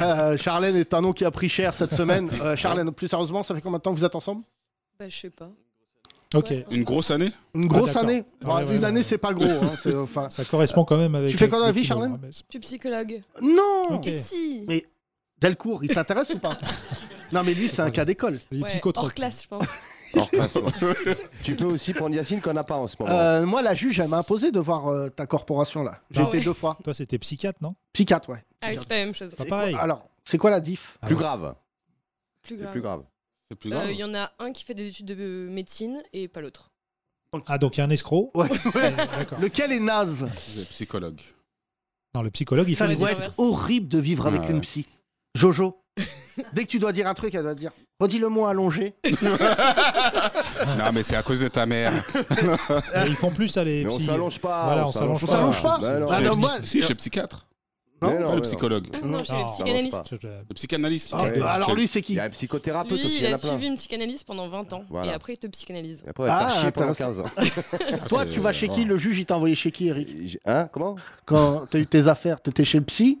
Euh, Charlène est un nom qui a pris cher cette semaine. Euh, Charlène, plus sérieusement, ça fait combien de temps que vous êtes ensemble Bah, je sais pas. Ok. Ah, Une grosse année Une grosse d'accord. année. Ouais, Enfin, ouais, une ouais, année, ouais. c'est pas gros. hein, c'est- enfin, Ça correspond quand même avec. tu fais quoi dans la avec vie, ce qui nous Charlène ramène. Je suis psychologue. Non Ok. Et Oh, si Mais Delcourt, il t'intéresse ou pas Non, mais lui, c'est un cas d'école. Les Ouais, psychotropes. Hors classe, je pense. Ah, Hors classe, ouais. tu peux aussi prendre Yacine qu'on n'a pas en ce moment. Euh, moi, la juge, elle m'a imposé de voir euh, ta corporation là. J'ai Ah été ouais. deux fois. Toi, c'était psychiatre, non Psychiatre, ouais. Ah oui, c'est pas la même chose. Pas C'est quoi- pareil. Alors, c'est quoi la diff Plus grave. Plus C'est grave. plus grave. C'est plus Euh, Il grave. y en a un qui fait des études de médecine et pas l'autre. Ah, donc il y a un escroc. Ouais. D'accord. Lequel est naze Vous êtes psychologue. Non, le psychologue, il Ça fait les doit études. être horrible de vivre avec Ah une ouais. psy. Jojo, dès que tu dois dire un truc, elle doit te dire redis le mot allongé. non, mais c'est à cause de ta mère. Et Ils font plus ça, les Mais on psy. s'allonge pas. Voilà, on s'allonge s'allonge pas. On s'allonge pas. Bah non. Ah, non, moi- si, chez psychiatre. Non, Mais non, Pas mais le non. psychologue. Ah non, j'ai Non, le ça marche psychanalyste. Je- Le psychanalyste. Ah, ouais. Alors lui, c'est Il qui y a un psychothérapeute Lui, Ah, aussi, il il y en a a plein. suivi une psychanalyse pendant 20 ans. Voilà. Et après, il te psychanalyse. Et après, on va te Ah, faire chier pendant intéressant. 15 ans. Ah, Toi, tu vas chez qui Le juge, il t'a envoyé chez qui, Eric Hein Comment Quand t'as eu tes affaires, t'étais chez le psy.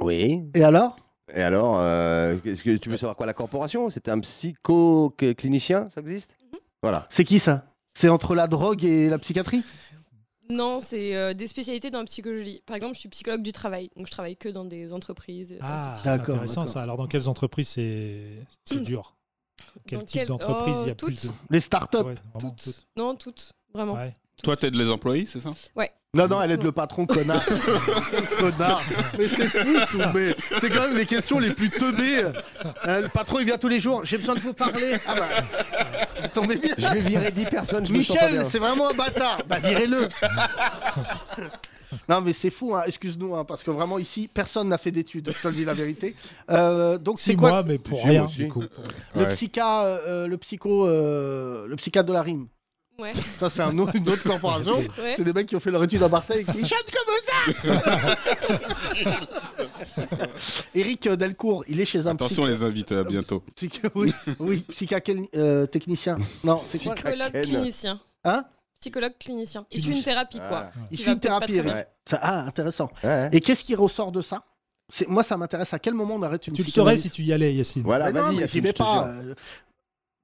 Oui. Et alors Et alors, euh, est-ce que tu veux savoir quoi La corporation C'était un psycho-clinicien, ça existe Mhm. Voilà. C'est qui ça C'est entre la drogue et la psychiatrie Non, c'est euh, des spécialités dans la psychologie. Par exemple, je suis psychologue du travail. Donc, je travaille que dans des entreprises. euh, Ah, c'est D'accord, intéressant d'accord. ça. Alors, dans quelles entreprises c'est c'est dur Quel Dans type quelle- d'entreprise il y a Oh, plus de. Les startups Ouais, vraiment, toutes. Non, toutes. Vraiment. Ouais. Toi, t'aides les employés, c'est ça Non, non, elle aide le patron, connard. connard. Mais c'est fou, Soumé. C'est quand même les questions les plus teubées. Euh, le patron, il vient tous les jours. J'ai besoin de vous parler. Ah bah, vous tombez bien. Je vais virer 10 personnes, je me sens pas bien. Michel, c'est vraiment un bâtard. Bah, virez-le. non, mais c'est fou, hein. excuse-nous, hein, parce que vraiment ici, personne n'a fait d'études. Je te le dis la vérité. Euh, donc, c'est Six quoi mois, mais pour Si, rien, aussi. du coup. le, psycha, euh, le psycho, euh, le psychiatre de la rime Ouais. Ça, c'est un autre- une autre corporation. Ouais. C'est des mecs qui ont fait leur étude à Marseille et qui chantent comme ça. Eric Delcourt, il est chez un Attention, les invites à bientôt. psy- psy- oui, oui, psycha- quel- euh, technicien. Non, c'est quoi Psychologue Ken. clinicien. Hein Psychologue clinicien. Il Clinici- suit une thérapie, Ah. quoi. Il Tu suit vas une thérapie, peut-être pas Eric. très vite. Ça, ah, intéressant. Ouais. Et qu'est-ce qui ressort de ça C'est- Moi, ça m'intéresse. À quel moment on arrête une Tu le saurais psychanalyse si tu y allais, Yacine. Voilà, Mais non, vas-y, mais j'y Yacine, vais je te pas. jure. euh,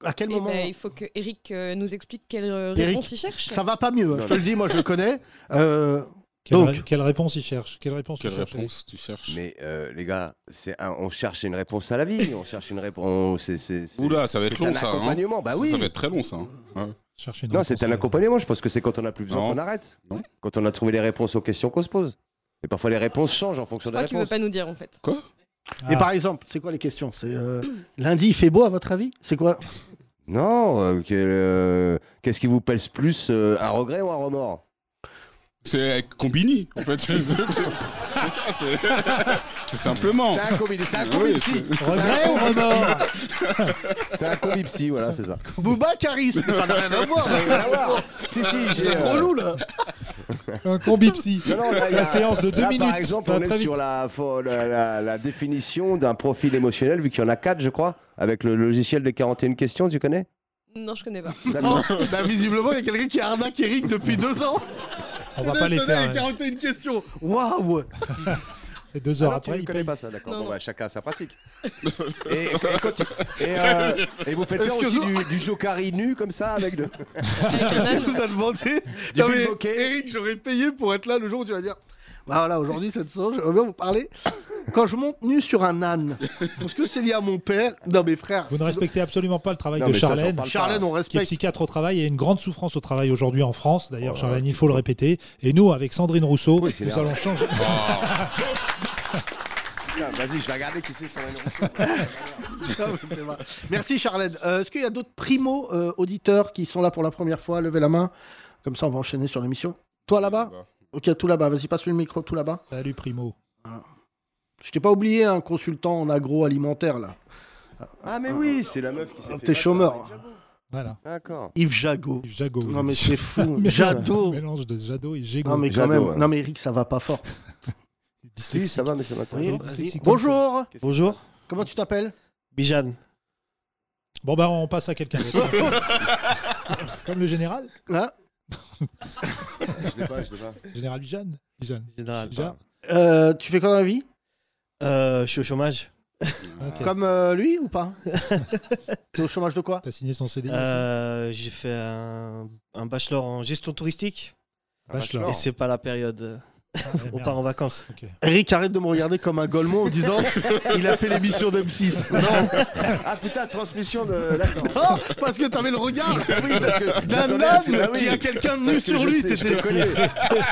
À quel Eh moment ben, Il faut que Eric euh, nous explique quelle euh, Eric, réponse il cherche. Ça va pas mieux, hein, je te le dis, moi je le connais. Euh, Quelle, donc, ré- quelle réponse il cherche Quelle réponse il cherche tu cherches Mais euh, les gars, c'est un- on cherche une réponse à la vie, on cherche une réponse. c'est- c'est- c'est- Oula, ça va être c'est long un ça. hein. accompagnement, bah Ça, oui. Ça va être très long ça. hein. Ouais. Non, c'est un accompagnement. Je pense que c'est quand on n'a plus besoin Non. qu'on arrête. Non. Quand on a trouvé les réponses aux questions qu'on se pose. Et parfois les réponses changent en fonction Je des crois qu'il veut réponses. pas nous dire en fait. Quoi Et par exemple, c'est quoi les questions C'est euh, lundi, il fait beau à votre avis C'est quoi Non, euh, que, euh, qu'est-ce qui vous pèse plus, euh, un regret ou un remords C'est avec Combini, en fait. C'est ça, c'est- Tout simplement. C'est un combi- c'est un Oui, combi c'est- psy. c'est un Regret ou combi psy. remords C'est un combi psy, voilà, c'est ça. Booba Caris Mais ça n'a rien à voir Ça n'a rien à voir. Si, si, j'ai, C'est euh, relou là Un combi psy. Non, non, là, il y a- La séance de deux là, minutes. Par exemple, Ça va on est très vite. sur la, fo- la, la- la définition d'un profil émotionnel, vu qu'il y en a 4, je crois, avec le logiciel des 41 questions, tu connais Non, je connais pas. D'accord. Bah visiblement, il y a quelqu'un qui arnaque Eric depuis deux ans On va Tenez, pas les tenez, faire, il t'a hein. raté une question Waouh Et deux heures Ah non, après, tu ne il connais paye. pas ça, d'accord. Non, Bon, non. bah, chacun sa pratique. et, et quand- et, euh, et vous faites faire aussi Excuse-moi. du, du jokari nu comme ça avec de. Qu'est-ce que vous a demandé Du Non, mais, pickpocket. Eric, j'aurais payé pour être là le jour où tu vas dire Bah voilà, aujourd'hui, cette sauce, j'aimerais bien vous parler. Quand je monte nu sur un âne, parce que c'est lié à mon père Non, mes frères. Vous ne respectez absolument pas le travail Non, de mais ça, j'en Charlène. parle pas. Charlène, on qui est respecte. psychiatre au travail, il y a une grande souffrance au travail aujourd'hui en France. D'ailleurs, Charlène, il faut le répéter. Et nous, avec Sandrine Rousseau, Oh, c'est Oh. nous énervant. allons changer. Putain, Vas-y, je vais regarder qui c'est son Merci Charlène. Euh, Est-ce qu'il y a d'autres primo euh, auditeurs qui sont là pour la première fois Levez la main. Comme ça, on va enchaîner sur l'émission. Toi là-bas Ok, tout là-bas. Vas-y, passe le micro, tout là-bas. Salut Primo. Je t'ai pas oublié un consultant en agroalimentaire là. Ah, mais oui, c'est la meuf qui s'est Ah, T'es fait battre chômeur. avec Jago. Voilà. D'accord. Ah. Yves Jago. Yves Jago. Ah, Non mais c'est fou. Mélange- Jadot. Mélange de Jadot et Jégo. Non mais quand Jadot, même. ouais. Non mais Eric, ça va pas fort. Si, ça va, mais ça m'intéresse. Oui, Vas-y. dyslexique. Bonjour. Bonjour, Comment tu t'appelles Bijan. Bon, bah, on passe à quelqu'un d'autre. Comme le général. Hein Je l'ai pas, je l'ai pas. Général Bijan. Bijan. Général. Bijan. Euh, tu fais quoi dans la vie Euh, je suis au chômage. Ok. Comme euh, lui ou pas T'es au chômage de quoi T'as signé son CDI. Euh, j'ai fait un, un bachelor en gestion touristique. Un bachelor. Et c'est pas la période. On part en vacances. Ah, Ok. Eric, arrête de me regarder comme un golemon en disant il a fait l'émission d'M6. Non, Ah putain, transmission de. D'accord. non, parce que t'avais le regard Oui, parce que d'un j'attendais, c'est- bah âme oui. qui a quelqu'un de nu Parce que sur je lui. sais, je t'étais- te connais.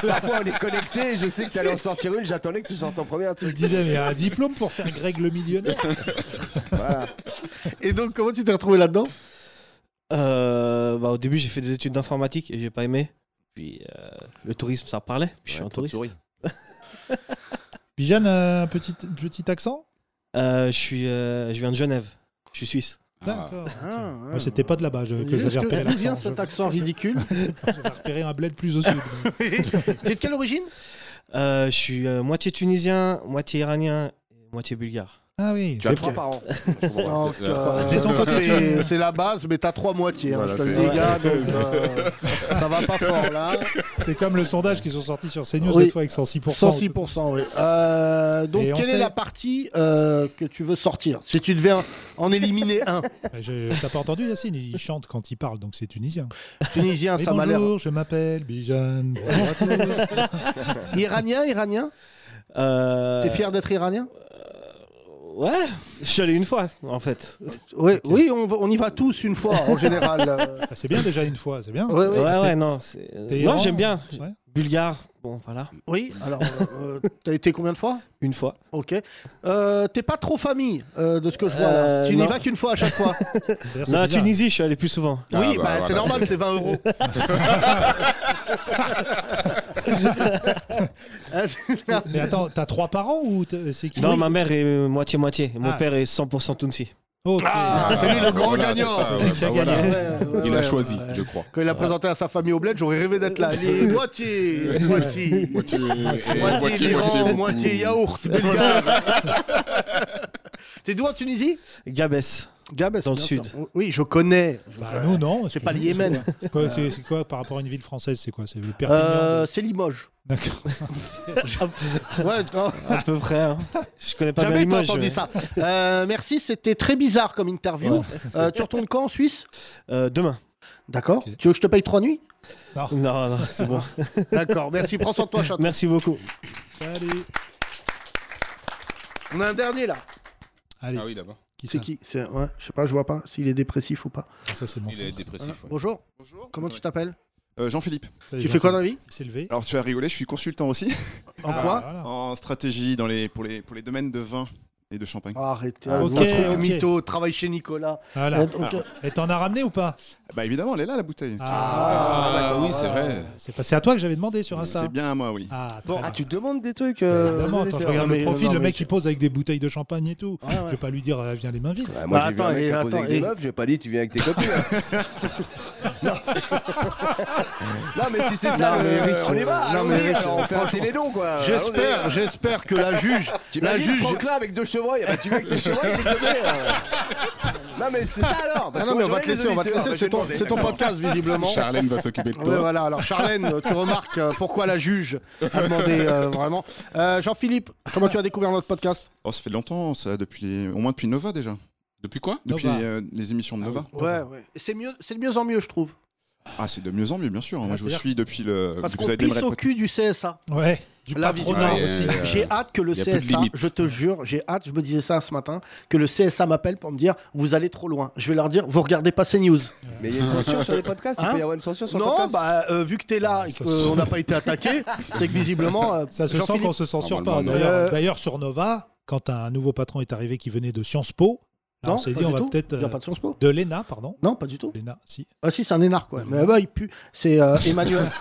Parfois on est connecté et je sais que t'allais en sortir une, j'attendais que tu sortes en premier un Je truc. disais, mais un diplôme pour faire Greg le millionnaire. Voilà. Et donc, comment tu t'es retrouvé là-dedans Euh, bah, au début, j'ai fait des études d'informatique et j'ai pas aimé. Puis euh, le tourisme, ça parlait. Puis je suis Ouais, un trop de touriste. souris. Bijan, euh, un petit, petit accent Euh, je, suis, euh, je viens de Genève. Je suis suisse. D'accord. Ah, Moi, c'était pas de là-bas je- que j'avais repéré D'où vient l'accent. cet accent ridicule J'avais repéré un bled plus au sud. donc. T'es de quelle origine Euh, je suis euh, moitié tunisien, moitié iranien, et moitié bulgare. Ah oui. Tu as c'est trois vrai. parents. Donc, la- euh, C'est son côté. c'est- C'est la base, mais t'as trois moitiés. hein, Voilà, je te le c'est- dis, gars. donc, euh, ça va pas fort là. C'est comme le sondage qu'ils ont sorti sur CNews Oui. l'autre fois avec 106%. 106%, oui. Euh, donc, Et on quelle est sait- la partie euh, que tu veux sortir Si tu devais en- en éliminer un, Bah, je- T'as pas entendu Yacine Il chante quand il parle, donc c'est tunisien. tunisien, Mais ça m'a l'air. bonjour, je m'appelle Bijan. Bonjour à tous. Iranien, iranien Euh, T'es fier d'être iranien Ouais, je suis allé une fois en fait. Oui, oui on, va- on y va tous une fois en général. euh. Ah, c'est bien déjà une fois, c'est bien. Oui, oui. Ouais, ouais, non. c'est- T'es Non, Iran j'aime bien. Ouais. Bulgare, bon voilà, Oui, alors, euh, t'as été combien de fois une fois. Ok. Euh, T'es pas trop famille euh, de ce que je vois là. Euh, Tu n'y non. vas qu'une fois à chaque fois. D'ailleurs, c'est Non, à bizarre. Tunisie, je suis allé plus souvent. Ah, oui, bah, bah, voilà, c'est normal, c'est 20 euros. Ah, c'est- Mais attends, t'as trois parents ou t'es- c'est qui Non, ma mère est euh, moitié-moitié. Mon Ah. père est 100% Tunsi. Ok. Ah, c'est lui le grand Voilà, gagnant. c'est ça, C'est lui qui a ouais, bah, gagné. voilà. Ouais, ouais, Il ouais, a choisi, ouais. je crois. Quand il a présenté à sa famille au bled, j'aurais rêvé d'être là. Les moitié, Euh, moitié, Moitié, moitié l'Iran, moitié yaourt. bulgare. T'es d'où en Tunisie Gabès. Gabès. Dans le bien sud. sûr. Oui, je connais. Je Bah, connais. nous, non. C'est pas le Yémen. Quoi, C'est c'est quoi par rapport à une ville française C'est quoi C'est le Perpignan Euh, de- c'est Limoges. D'accord. à peu près. hein. Je connais pas Jamais bien t'as Limoges, entendu mais- ça. Euh, merci, c'était très bizarre comme interview. Ouais. Euh, Euh, tu retournes quand en Suisse Demain. D'accord. Tu veux que je te paye trois nuits Non. non, c'est bon. D'accord, merci. Prends soin de toi, chaton. Merci beaucoup. Salut. On a un dernier là. Allez. Ah oui, là-bas. c'est qui C'est- ouais, Je sais pas, je vois pas s'il est dépressif ou pas. Ah, Ça, c'est Il est dépressif. ouais. Bonjour. Comment tu t'appelles Euh, Jean-Philippe. Salut, Tu fais quoi dans la vie Il s'est levé. Alors tu as rigolé, je suis consultant aussi. En Ah, quoi En stratégie dans les, pour, les, pour les domaines de vin et de champagne. Arrêtez. Ah, ok, vous êtes un mytho, travaille chez Nicolas. Voilà. Ah. Euh, donc, euh, Et t'en as ramené ou pas Bah évidemment, elle est là la bouteille. Ah, oui, c'est vrai. C'est pas- c'est à toi que j'avais demandé sur Insta. C'est bien à moi, oui. Ah, Bon, très ah, bien. Bah, tu demandes des trucs. euh, Évidemment, vous quand je êtes- regarde Non, le mais- profil, non, le mais Ah, mec il pose avec des bouteilles de champagne et tout. ouais. Je vais pas lui dire, euh, viens les mains vides. Ouais, Bah, moi, j'ai vu Bah, Attends, un mec et qui a posé attends, avec des et- meufs, j'ai pas dit tu viens avec tes copines. hein. non. Non, mais si c'est ça, Non, mais euh, Eric, on y va. non, mais allons-y, Eric, alors, on fait un franchement, télédon, quoi. J'espère, Allons-y. j'espère que la juge, la T'imagines juge, Franklin avec deux chevreuils, ah bah, tu viens avec tes chevreuils, c'est que bien. hein. Non, mais c'est ça alors. Parce Ah non, que mais on moi, va te j'aurais laisser, les on va te auditeurs, laisser. bah, C'est je ton, vais c'est ton demander. podcast, visiblement. Charlène va s'occuper de toi. Ouais, voilà. Alors, Charlène, tu remarques euh, pourquoi la juge a demandé euh, vraiment. Euh, Jean-Philippe, comment tu as découvert notre podcast Oh, ça fait longtemps, ça, depuis, au moins depuis Nova déjà. Depuis quoi Depuis Nova. euh, les émissions de Nova. Ah, Ouais, ouais. C'est mieux, c'est de mieux en mieux, je trouve. Ah, c'est de mieux en mieux, bien sûr. Moi, je vous c'est-à-dire- suis depuis le. Parce vous qu'on avez bien pisse au répété. cul du CSA. Ouais, du Là, patronat visiblement, aussi. ouais, ouais. J'ai hâte que le Y a plus de CSA, limite. je te jure, j'ai hâte, je me disais ça ce matin, que le CSA m'appelle pour me dire vous allez trop loin. Je vais leur dire vous regardez pas CNews. Mais il y a une censure sur les podcasts, il Hein peut y avoir une censure sur les non, podcasts. bah euh, vu que t'es là et qu'on n'a pas été attaqué, c'est que visiblement. euh, Ça se sent Jean-Philippe- qu'on se censure pas. Normalement, D'ailleurs, euh, d'ailleurs, sur Nova, quand un nouveau patron est arrivé qui venait de Sciences Po, là, Non, on s'est pas dit on du va tout. peut-être. Il y a euh, pas de Sciences Po. De l'ENA, pardon. Non, pas du tout. L'ENA, si. Ah si, c'est un énarque, ouais. Mais bah, il pue. C'est euh, Emmanuel.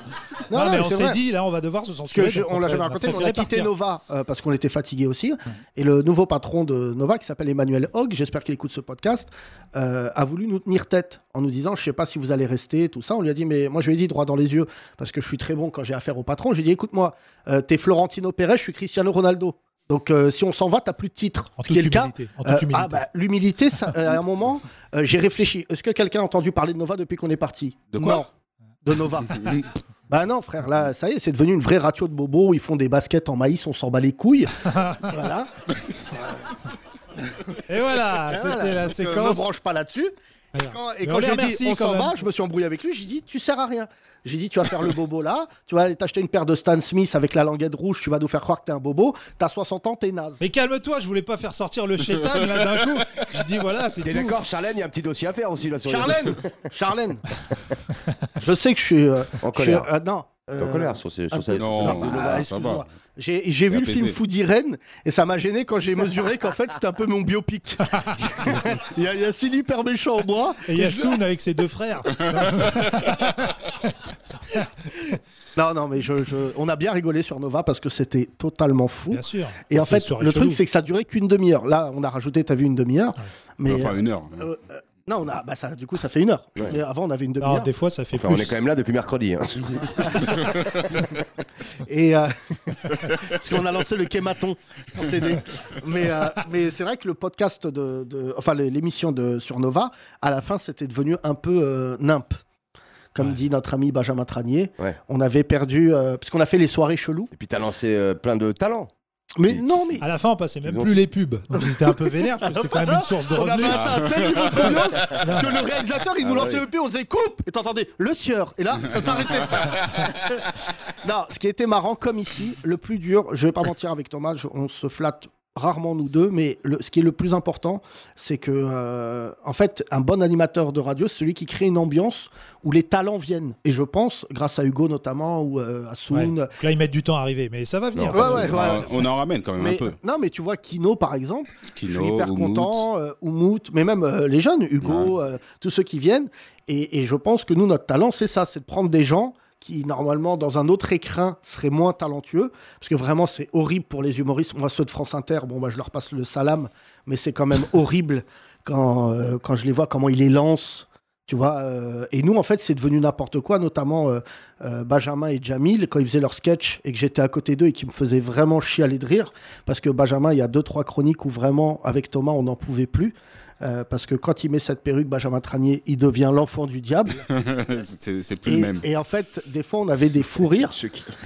Non, mais mais on c'est s'est vrai. dit là on va devoir se Parce que censurer. je- donc on l'a a- jamais a raconté, mais on a préféré quitté partir. Nova euh, parce qu'on était fatigué aussi. Et le nouveau patron de Nova, qui s'appelle Emmanuel Hogg, j'espère qu'il écoute ce podcast, euh, a voulu nous tenir tête en nous disant Je sais pas si vous allez rester, tout ça. On lui a dit Mais moi, je lui ai dit droit dans les yeux, parce que je suis très bon quand j'ai affaire au patron. Je lui ai dit Écoute-moi, euh, t'es Florentino Pérez, je suis Cristiano Ronaldo. Donc, euh, si on s'en va, t'as plus de titre. En ce toute qui est le cas. humilité, en toute Euh, ah, humilité. bah, l'humilité, ça, euh, à un moment, euh, j'ai réfléchi. Est-ce que quelqu'un a entendu parler de Nova depuis qu'on est parti De quoi Non. De Nova. bah non, frère, là, ça y est, c'est devenu une vraie ratio de bobos. Ils font des baskets en maïs, on s'en bat les couilles. voilà. Et voilà, c'était la donc, euh, séquence. me branche pas là-dessus. Et Voilà. quand, et Mais quand on les j'ai remercie dit on quand s'en même. va, je me suis embrouillé avec lui. J'ai dit tu sers à rien. J'ai dit tu vas faire le bobo là, tu vas aller t'acheter une paire de Stan Smith avec la languette rouge, tu vas nous faire croire que t'es un bobo. T'as 60 ans, t'es naze. Mais calme-toi, je voulais pas faire sortir le chétan là d'un coup. Je dis voilà, c'est T'es tout. d'accord, Charlène, il y a un petit dossier à faire aussi là sur les- Charlène Charlène Je sais que je suis. euh, En je suis- colère. euh, non. T'es en euh, colère sur ces un sur peu- ces- sur ces- Non, de bah, Nova. excuse-moi. J'ai j'ai T'es vu le apaisé. film Foodie Rennes et ça m'a gêné quand j'ai mesuré qu'en fait c'était un peu mon biopic. Il y a, il y a Sylvie hyper méchant en moi. Et il y a je- Soun avec ses deux frères. Non, non, mais je, je- on a bien rigolé sur Nova parce que c'était totalement fou. Bien sûr. Et en C'est une fait, soirée le truc chelou. c'est que ça durait qu'une demi-heure. Là, on a rajouté, t'as vu une demi-heure, mais Enfin, une heure. euh, euh, non, on a, bah ça, du coup, ça fait une heure. Mais avant, on avait une demi-heure. Non, Ah, des fois ça fait Enfin, plus. on est quand même là depuis mercredi. hein. Et euh, parce qu'on a lancé le kématon pour t'aider. Mais, euh, mais c'est vrai que le podcast de, de- enfin le- l'émission de sur Nova, à la fin, c'était devenu un peu euh, nimp. Comme dit notre ami Benjamin Tranier, Ouais. on avait perdu euh, parce qu'on a fait les soirées cheloues. Et puis t'as lancé euh, plein de talents. Mais non, mais À la fin, on passait même Disons- plus les pubs. Donc j'étais un peu vénère parce que c'est quand même une source de on avait revenus. Ah. atteint un tel niveau de confiance que le réalisateur il nous Ah bah lançait oui. le pied, on faisait coupe et t'entendais le sieur et là ça s'arrêtait. non, ce qui était marrant comme ici, le plus dur, je vais pas mentir avec Thomas, je- on se flatte rarement nous deux, mais le- ce qui est le plus important, c'est que euh, en fait un bon animateur de radio, c'est celui qui crée une ambiance où les talents viennent. Et je pense, grâce à Hugo notamment ou euh, à Ouais. Soun, Donc Là, ils mettent du temps à arriver, mais ça va venir. Non, Ouais, ouais, on, ouais. on en ramène quand même Mais- un peu. Non, mais tu vois, Kino, par exemple, je suis Kino, hyper Oumout. content, euh, Oumout, mais même euh, les jeunes, Hugo, euh, tous ceux qui viennent. Et, et je pense que nous, notre talent, c'est ça, c'est de prendre des gens qui, normalement, dans un autre écrin, seraient moins talentueux. Parce que vraiment, c'est horrible pour les humoristes. Moi, ceux de France Inter, bon, bah, je leur passe le salam, mais c'est quand même horrible quand, euh, quand je les vois, comment ils les lancent. Tu vois, euh, et nous, en fait, c'est devenu n'importe quoi, notamment euh, euh, Benjamin et Jamil, quand ils faisaient leur sketch et que j'étais à côté d'eux et qu'ils me faisaient vraiment chialer de rire, parce que Benjamin, il y a deux, trois chroniques où vraiment, avec Thomas, on n'en pouvait plus. euh, parce que quand il met cette perruque, Benjamin Tranier, il devient l'enfant du diable. c'est c'est plus Et, le même. et en fait, des fois, on avait des fous rires.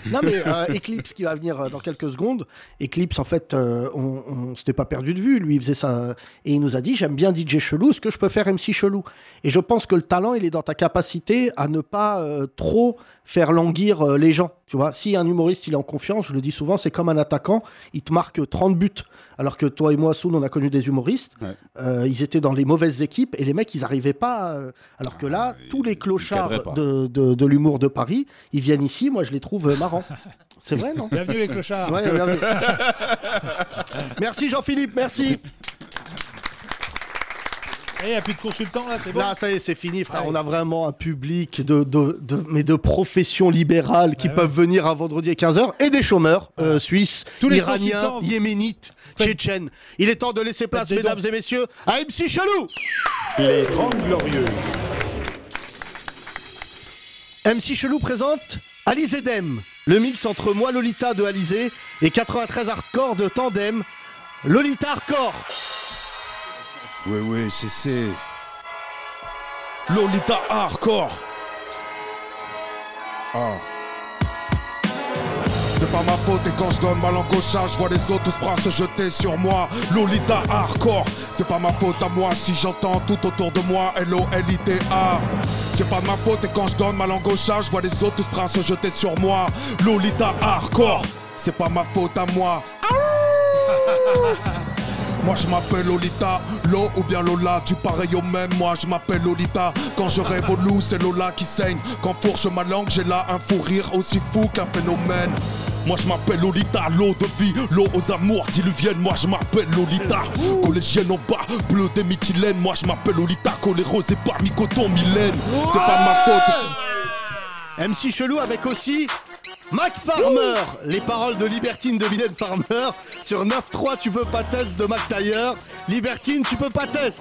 non, mais euh, Eclipse qui va venir euh, dans quelques secondes. Eclipse, en fait, euh, on, on s'était pas perdu de vue. Lui, il faisait ça. euh, Et il nous a dit J'aime bien DJ Chelou, ce que je peux faire MC Chelou. Et je pense que le talent, il est dans ta capacité à ne pas euh, trop faire languir euh, les gens. Tu vois, si un humoriste, il est en confiance, je le dis souvent, c'est comme un attaquant, il te marque 30 buts. Alors que toi et moi, Soul, on a connu des humoristes. euh, ils étaient dans les mauvaises équipes et les mecs, ils n'arrivaient pas. euh, alors que là, tous les Ah, cadraient pas. clochards de, de- de l'humour de Paris, ils viennent ici, moi je les trouve euh, marrants. C'est vrai, non Bienvenue les clochards. Ouais, bienvenue. Merci Jean-Philippe, merci. Il n'y Eh, a plus de consultants là, c'est bon. Là, ça y est, c'est fini, frère. On a vraiment un public de, de, de- mais de professions libérales Bah qui peuvent venir à vendredi à 15h et des chômeurs euh, suisses, Tous les iraniens, consultants, vous- yéménites, tchétchènes. Il est temps de laisser place, des dons. mesdames et messieurs, à MC Chelou Les Glorieux. MC Chelou présente Alizé Dem, le mix entre moi Lolita de Alizé et 93 hardcore de Tandem, Lolita Hardcore. Oui, oui, c'est c'est. Lolita Hardcore. Ah. C'est pas ma faute et quand je donne ma langue au chat, je vois les autres tous bras se jeter sur moi. Lolita hardcore, c'est pas ma faute à moi si j'entends tout autour de moi L-O-L-I-T-A. C'est pas ma faute et quand je donne ma langue au chat, je vois les autres tous bras se jeter sur moi. Lolita hardcore, c'est pas ma faute à moi. Moi je m'appelle Lolita, Lo ou bien Lola, tu pareil au même, moi je m'appelle Lolita Quand je rêve au loup, c'est Lola qui saigne Quand fourche ma langue, j'ai là un fou rire aussi fou qu'un phénomène moi je m'appelle Lolita, l'eau de vie, l'eau aux amours diluviennes, moi je m'appelle Lolita Collégienne en bas, bleu des mythylènes, moi je m'appelle Lolita, colérose et parmi coton Mylène C'est pas ma faute MC Chelou avec aussi Mac Farmer, les paroles de Libertine de Vilaine Farmer. Sur 9.3, tu peux pas test de Mac Tailleur. Libertine, tu peux pas test.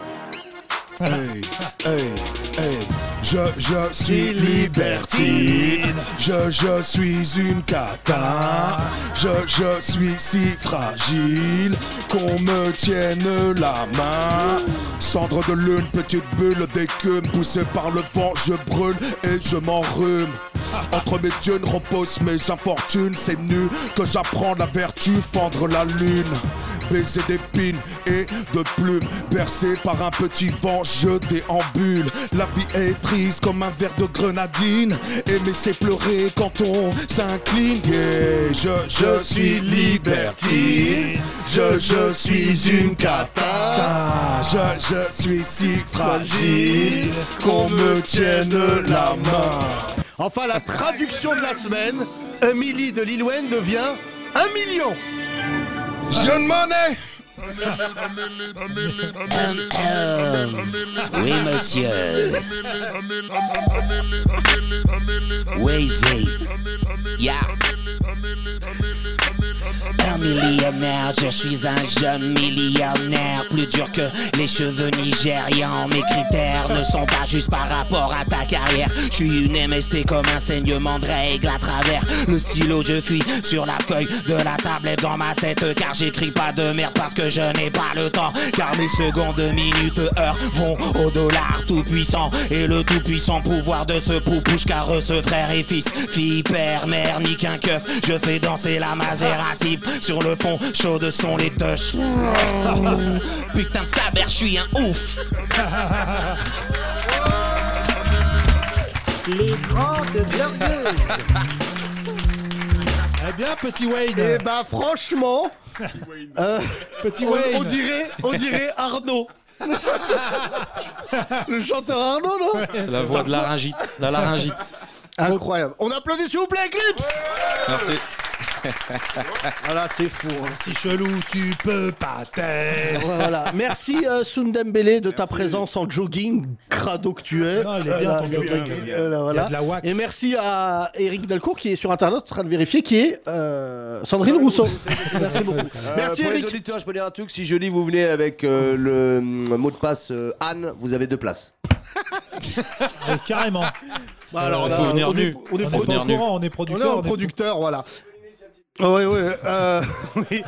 Hey, hey, hey. Je, je suis libertine, je, je suis une cata, je, je suis si fragile qu'on me tienne la main. Cendre de lune, petite bulle d'écume, poussée par le vent, je brûle et je m'enrhume. Entre mes dunes repose mes infortunes, c'est nu que j'apprends la vertu, fendre la lune. Baiser d'épines et de plumes, percé par un petit vent, je déambule. La vie est triste comme un verre de grenadine, et mais c'est pleurer quand on s'incline. Yeah, je, je suis libertine, je, je suis une cata, je, je suis si fragile qu'on me tienne la main. Enfin, la traduction de la semaine. Emily de Lil Wayne devient 1 million. Jeune monnaie Euh, Oui, monsieur. Wazy. Yeah. Un millionnaire, je suis un jeune millionnaire. Plus dur que les cheveux nigérians. Mes critères ne sont pas juste par rapport à ta carrière. Je suis une MST comme un saignement de règle à travers le stylo. Je fuis sur la feuille de la tablette dans ma tête. Car j'écris pas de merde parce que je n'ai pas le temps. Car mes secondes, minutes, heures vont au dollar tout puissant. Et le tout puissant pouvoir de ce poupouche carrosse frère et fils. Fille, père, mère, nique un keuf. Je fais danser la Maserati sur le fond chaud de son les touches. Putain de saber, je suis un ouf. Les grandes glorieuses. Eh bien, petit Wayne. Eh ben, franchement. euh, Petit on- Wayne. On, dirait, on dirait Arnaud. Le chanteur Arnaud, non C'est la voix de laryngite. la laryngite. Incroyable. On applaudit, s'il vous plaît, Eclipse Merci. voilà, c'est fou. hein. Si chelou, tu peux pas Ouais, t'être. voilà. Merci euh, Sundembele de ta présence en jogging, crado que tu es. Non, il est bien, Voilà, ton jogging. Il y a- voilà, voilà, il y a voilà. de la wax. Et merci à Eric Delcourt qui est sur internet en train de vérifier qui est euh, Sandrine Rousseau. merci beaucoup. Euh, Merci pour Eric. les auditeurs, je peux dire un truc. Si je dis, vous venez avec euh, le hum, mot de passe euh, Anne, vous avez deux places. Carrément. Bah, alors, Euh, là, faut venir on est- nu. on est Faut pro- venir on est au nu. courant, on est producteur. On est en producteur, voilà. Oui, oui. euh, oui.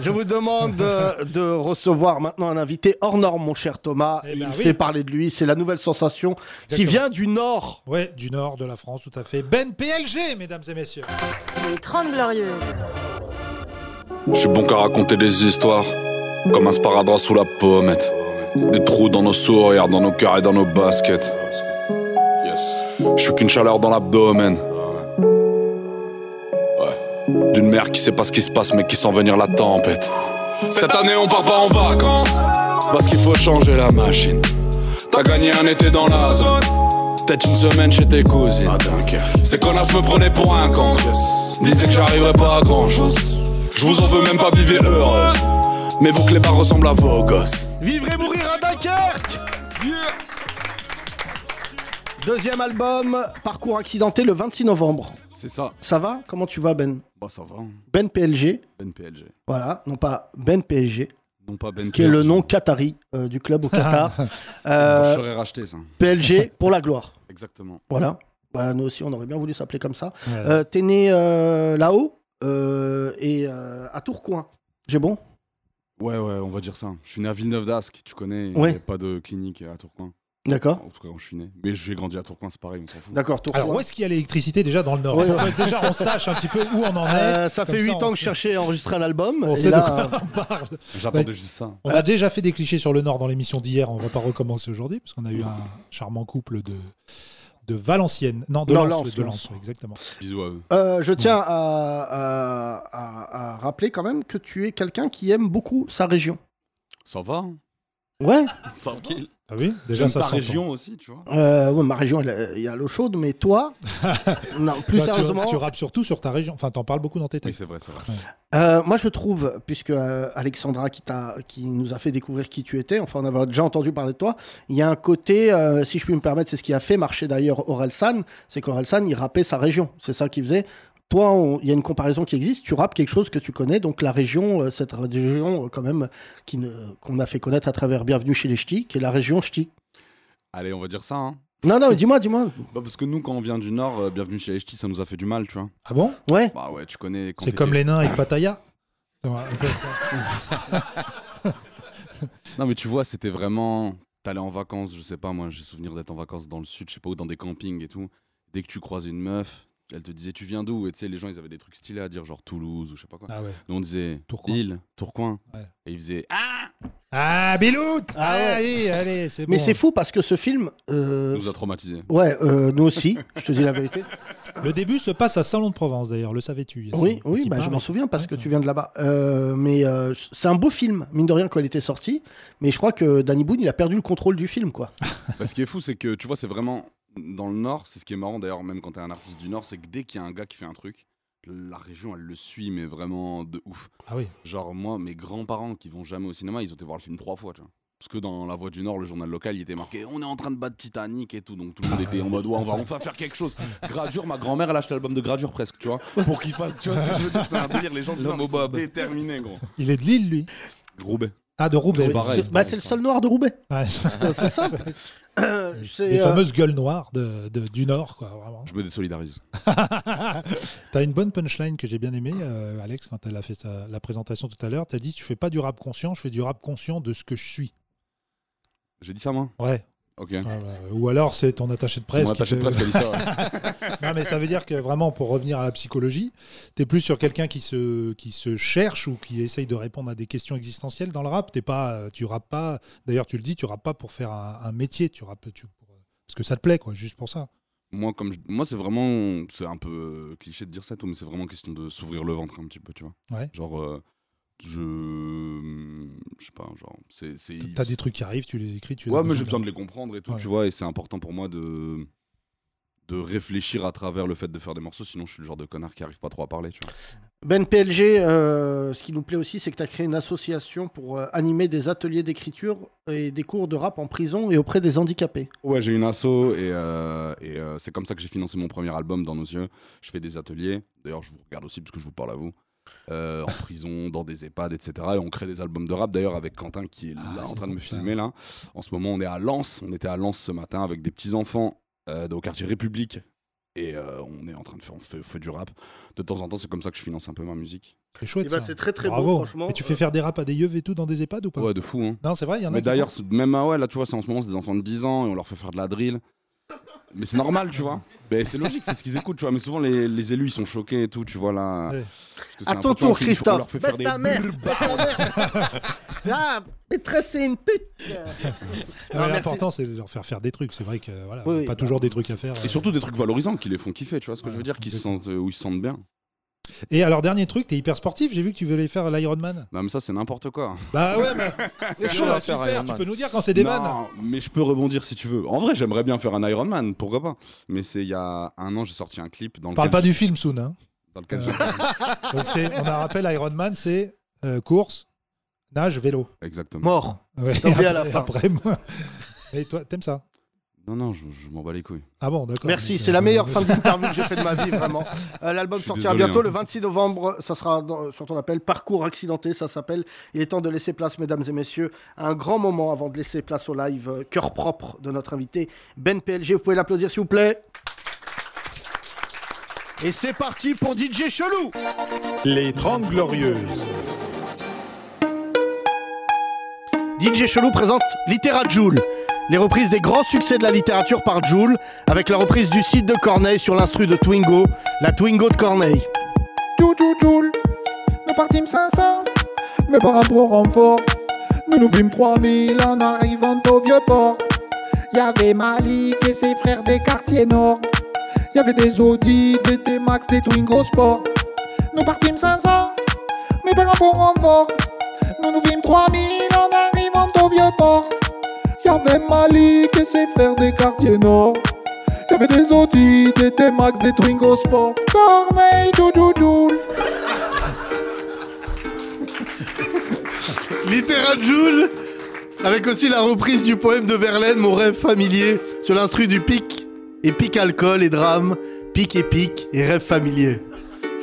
Je vous demande euh, de, recevoir maintenant un invité hors norme, mon cher Thomas. Eh ben Il oui. fait parler de lui. C'est la nouvelle sensation qui Exactement. vient du Nord. Ouais, du nord de la France, tout à fait. Ben PLG, mesdames et messieurs. Les 30 Glorieuses. Je suis bon qu'à raconter des histoires, comme un sparadrap sous la pommette. Des trous dans nos sourires, dans nos cœurs et dans nos baskets. Je suis qu'une chaleur dans l'abdomen. Ouais. D'une mère qui sait pas ce qui se passe mais qui sent venir la tempête. Cette année on part pas en vacances, parce qu'il faut changer la machine. T'as gagné un été dans la zone. Peut-être une semaine chez tes cousines. Ah, Ces connasses me prenaient pour un con. Disaient que j'arriverais pas à grand chose. Je vous en veux même pas vivre heureuse. Mais vous que les bars ressemblent à vos gosses. Vivre et mourir à Dunkerque Deuxième album, Parcours accidenté le 26 novembre. C'est ça. Ça va Comment tu vas, Ben Bah, ça va. Ben PLG. Ben PLG. Voilà, non pas Ben PSG. Non pas Ben Qui est le nom Qatari euh, du club au Qatar. Ah. Euh, J'aurais racheté ça. PLG pour la gloire. Exactement. Voilà. Bah, nous aussi, on aurait bien voulu s'appeler comme ça. Ouais. Euh, T'es né euh, là-haut euh, et euh, à Tourcoing. J'ai bon Ouais, ouais, on va dire ça. Je suis né à Villeneuve d'Ascq, tu connais. Il Ouais. n'y a pas de clinique à Tourcoing. D'accord. En tout cas, quand je suis né. Mais j'ai grandi à Tourcoing, c'est pareil, on s'en fout. D'accord, Tourcoing. Alors, où est-ce qu'il y a l'électricité déjà dans le nord Ouais. Pour que Déjà, on sache un petit peu où on en est. Euh, ça Comme fait 8 ans on que je sait- cherchais à enregistrer un album. On et sait de là, quoi euh, on parle. J'attendais Ouais. juste ça. On a déjà fait des clichés sur le Nord dans l'émission d'hier, on va pas recommencer aujourd'hui, parce qu'on a eu un charmant couple de, de Valenciennes. Non, de Non, Lens, Lens, de Lens. Lens, oui, exactement. Bisous à eux. Euh, je tiens à, à- à- à rappeler quand même que tu es quelqu'un qui aime beaucoup sa région. Ça va hein Ouais. Tranquille. Ah oui Déjà, J'aime ça ta s'entend. région aussi, tu vois. Euh, ouais, ma région, elle a- il y a l'eau chaude, mais toi, non, plus Toi, tu- sérieusement, Tu, rappes surtout sur ta région, enfin, t'en parles beaucoup dans tes textes. Oui, c'est vrai, c'est vrai. euh, moi je trouve, puisque euh, Alexandra qui, t'a- qui nous a fait découvrir qui tu étais, enfin on avait déjà entendu parler de toi, il y a un côté, euh, si je puis me permettre, c'est ce qui a fait marcher d'ailleurs Orelsan, c'est qu'Orelsan il rappait sa région, c'est ça qu'il faisait. Toi, on- il y a une comparaison qui existe, tu rappes quelque chose que tu connais, donc la région, euh, cette région euh, quand même qui ne- qu'on a fait connaître à travers Bienvenue chez les Ch'tis, qui est la région Ch'ti. Allez, on va dire ça. Hein. Non, non, mais dis-moi, dis-moi. Bah, parce que nous, quand on vient du Nord, euh, bienvenue chez les Ch'tis, ça nous a fait du mal, tu vois. Ah bon Ouais. Bah ouais, tu connais. quand C'est t'étais- Ah. comme les nains avec Pataya. Ça va, ok. Non, mais tu vois, c'était vraiment. T'allais en vacances, je sais pas, moi, j'ai souvenir d'être en vacances dans le sud, je sais pas où, dans des campings et tout. Dès que tu croisais une meuf, elle te disait, tu viens d'où Et tu sais, les gens, ils avaient des trucs stylés à dire, genre Toulouse ou je sais pas quoi. Ah ouais. Nous, on disait Tourcoing. Lille, Tourcoing. Ouais. Et ils faisaient Ah Ah, Bilout Ah ouais. Allez, allez, c'est bon. Mais c'est fou parce que ce film. euh, Nous a traumatisés. Ouais, euh, nous aussi, je te dis la vérité. Le début se passe à Salon de Provence, d'ailleurs, le savais-tu Yacine Oui, oui, Petit bah, pain, je m'en mais- souviens parce que tu viens de là-bas. Euh, mais euh, c'est un beau film, mine de rien, quand il était sorti. Mais je crois que Danny Boone, il a perdu le contrôle du film, quoi. Bah, ce qui est fou, c'est que tu vois, c'est vraiment dans le Nord. C'est ce qui est marrant d'ailleurs, même quand t'es un artiste du Nord, c'est que dès qu'il y a un gars qui fait un truc, la région elle le suit, mais vraiment de ouf. Ah oui. Genre, moi, mes grands-parents qui vont jamais au cinéma, ils ont été voir le film trois fois, tu vois. Parce que dans La Voix du Nord, le journal local, il était marqué On est en train de battre Titanic et tout. Donc tout le monde était en mode Ouais, on va enfin faire quelque chose. Gradure, ma grand-mère, elle a acheté l'album de Gradure presque, tu vois. Pour qu'il fasse, tu vois ce que je veux dire, c'est un délire. Les gens du L'homme Nord, ils au sont bob. déterminés, gros. Il est de Lille, lui Roubaix. Ah, de Roubaix. C'est pareil, Bah, c'est le sol noir de Roubaix. Ouais. C'est c'est ça. Euh, c'est, Les euh, fameuses gueules noires de- de- du Nord, quoi, vraiment. Je me désolidarise. T'as une bonne punchline que j'ai bien aimée, euh, Alex, quand elle a fait sa- la présentation tout à l'heure. T'as dit Tu fais pas du rap conscient, je fais du rap conscient de ce que je suis. J'ai dit ça, moi Ouais. Ok. Ouais, bah, ou alors c'est ton attaché de C'est mon presse. attaché qui de te- presse qui a dit ça, ouais. non, mais ça veut dire que vraiment, pour revenir à la psychologie, t'es plus sur quelqu'un qui se, qui se cherche ou qui essaye de répondre à des questions existentielles dans le rap. T'es pas, euh, tu rappes pas, d'ailleurs, tu le dis, tu rappes pas pour faire un, un métier, tu rappes tu- pour- euh, parce que ça te plaît, quoi, juste pour ça. Moi, comme je- moi, c'est vraiment, c'est un peu euh, cliché de dire ça, tout, mais c'est vraiment question de s'ouvrir le ventre un petit peu, tu vois. Ouais. Genre, euh, je, je sais pas, genre, c'est, c'est. T'as des trucs qui arrivent, tu les écris, tu les as Ouais, mais besoin j'ai de- besoin de les comprendre et tout, hein. Ouais. tu vois, et c'est important pour moi de de réfléchir à travers le fait de faire des morceaux, sinon je suis le genre de connard qui arrive pas trop à parler, tu vois. Ben PLG, euh, ce qui nous plaît aussi, c'est que tu as créé une association pour euh, animer des ateliers d'écriture et des cours de rap en prison et auprès des handicapés. Ouais, j'ai une asso et, euh, et, euh, c'est comme ça que j'ai financé mon premier album dans nos yeux. Je fais des ateliers. D'ailleurs, je vous regarde aussi parce que je vous parle à vous. Euh, en prison, dans des EHPAD, etc. Et on crée des albums de rap. D'ailleurs, avec Quentin qui est là Ah, en train de me filmer là. En ce moment, on est à Lens. On était à Lens ce matin avec des petits enfants euh, au quartier République Et euh, on est en train de faire, on fait, fait du rap. De temps en temps, c'est comme ça que je finance un peu ma musique. C'est chouette. Eh ben, ça. c'est très, très Bravo. beau, franchement. euh. Et tu fais faire des raps à des yeux et tout dans des EHPAD ou pas Ouais, de fou. Hein. Non, c'est vrai, il y en a Mais qui d'ailleurs, font. c'est- même ah ouais, là, tu vois, c'est en ce moment, c'est des enfants de 10 ans et on leur fait faire de la drill. Mais c'est normal, tu vois. Mais c'est logique, c'est ce qu'ils écoutent, tu vois. Mais souvent, les, les élus, ils sont choqués et tout, tu vois là. Ouais. Parce que c'est un peu, Attends tu vois, ton on fait- on leur Christophe, fait faire baisse des ta mère, brrr, baisse ta mère. Ah, maîtresse, c'est une pute. Ah, Non, mais merci. L'important, c'est de leur faire faire des trucs. C'est vrai que voilà, Oui, on a oui, pas bah. toujours des trucs à faire. euh. Et surtout des trucs valorisants qui les font kiffer, tu vois ce que je veux dire, qui se sentent, euh, où ils se sentent bien. Et alors, dernier truc, t'es hyper sportif. J'ai vu que tu voulais faire l'Ironman. Non, mais ça, c'est n'importe quoi. Bah ouais, mais c'est chaud, là, super. tu peux nous dire quand c'est des Non, vannes. mais je peux rebondir si tu veux. En vrai, j'aimerais bien faire un Ironman, pourquoi pas. Mais c'est il y a un an, j'ai sorti un clip dans Parle lequel. pas du film Soon. Hein. Dans lequel Euh, donc c'est- on a rappelé Ironman, c'est euh, course, nage, vélo. Exactement. Mort. Tant pis après, à la fin. après, moi. Et toi, t'aimes ça Non, non, je, je m'en bats les couilles. Ah bon, d'accord. Merci, Donc, c'est la euh, meilleure fin d'interview que j'ai fait de ma vie, vraiment. Euh, L'album suis sortira désolé, bientôt hein. le 26 novembre. Ça sera dans- euh, sur ton appel Parcours accidenté, ça s'appelle. Il est temps de laisser place, mesdames et messieurs, à un grand moment avant de laisser place au live euh, cœur propre de notre invité Ben PLG. Vous pouvez l'applaudir, s'il vous plaît. Et c'est parti pour DJ Chelou. Les 30 Glorieuses. DJ Chelou présente Littéra Joule, les reprises des grands succès de la littérature par Joule, avec la reprise du site de Corneille sur l'instru de Twingo, la Twingo de Corneille. Tchou tchou tchoul, nous partîmes 500, mais par rapport au renfort, nous nous fîmes 3000 en arrivant au vieux port. Y avait Malik et ses frères des quartiers nord, y avait des Audi, des T-Max, des Twingo Sport. Nous partîmes 500, mais par rapport au renfort, nous nous fîmes 3000 en arrivant au vieux port. Y avait Malik et ses frères des quartiers nord. Y avait des Audi, des T-Max, des Twingo Sport. Corneille, tchou tchou tchoul. Littéra Joule, avec aussi la reprise du poème de Verlaine, Mon rêve familier, sur l'instru du pic, et pic alcool et drame, pic et pic et rêve familier.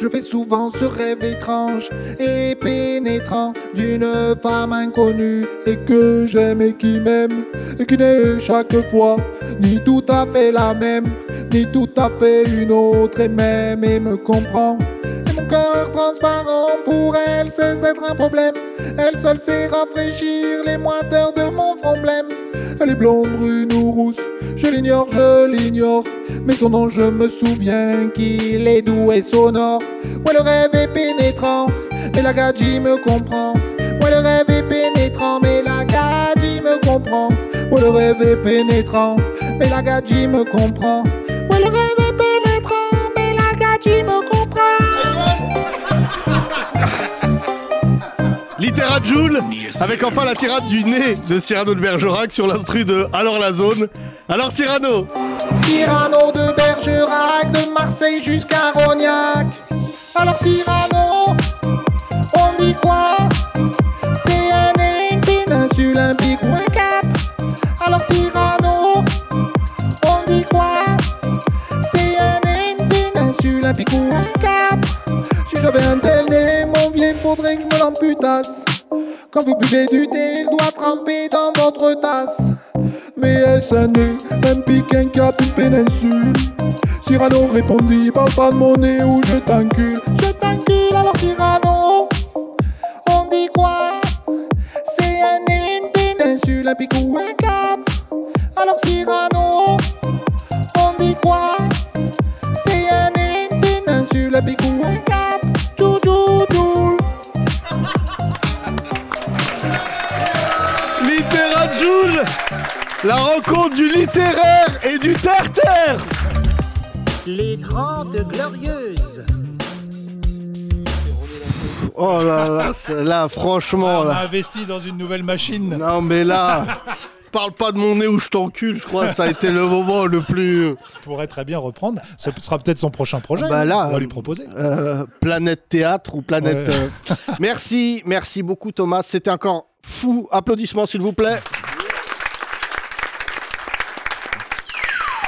Je fais souvent ce rêve étrange et pénétrant d'une femme inconnue et que j'aime et qui m'aime et qui n'est chaque fois ni tout à fait la même, ni tout à fait une autre et même et me comprend. Et mon cœur transparent pour elle cesse d'être un problème. Elle seule sait rafraîchir les moiteurs de mon front blême. Elle est blonde, brune ou rousse, je l'ignore, je l'ignore. Mais son nom, je me souviens qu'il est doux et sonore. Ouais, le rêve est pénétrant, mais la gadji me comprend. Ouais, le rêve est pénétrant, mais la gadji me comprend. Ouais, le rêve est pénétrant, mais la gadji me comprend. Ouais, le rêve est pénétrant, mais la gadji me comprend. Littéra Joule, avec enfin la tirade du nez de Cyrano de Bergerac sur l'instru de Alors la zone. Alors Cyrano Cyrano de Bergerac, de Marseille jusqu'à Rognac. Alors Cyrano, on dit quoi C'est un une péninsule, un pic ou un cap. Alors Cyrano, on dit quoi C'est un une péninsule, un pic ou un cap. Si j'avais un tel nez, mon vieil, faudrait que je me l'amputasse. Quand vous buvez du thé, il doit tremper dans votre tasse. Mais est-ce un nez, un pic, un cap, une péninsule Cyrano répondit, parle pas de mon nez ou je t'encule. Je t'encule, alors Cyrano, on dit quoi C'est un nez, une péninsule, un pic ou un cap Alors Cyrano, on dit quoi C'est un nez, une péninsule, un pic ou un cap Tchou tchou tchou Littéra Joule, la rencontre du littéraire et du tartare Les 30 Glorieuses. Oh là là, c'est- là franchement Ah, On a là. investi dans une nouvelle machine. Non mais là, parle pas de mon nez où je t'encule, je crois que ça a été le moment le plus... euh, pourrait très bien reprendre. Ce sera peut-être son prochain projet. Bah là, on va euh, lui proposer. euh, planète théâtre ou planète... Ouais. euh, Merci, merci beaucoup Thomas, c'était encore fou. Applaudissements s'il vous plaît.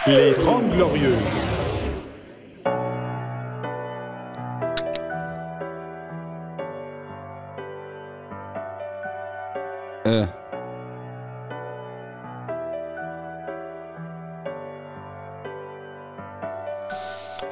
Les 30 Glorieuses. Euh.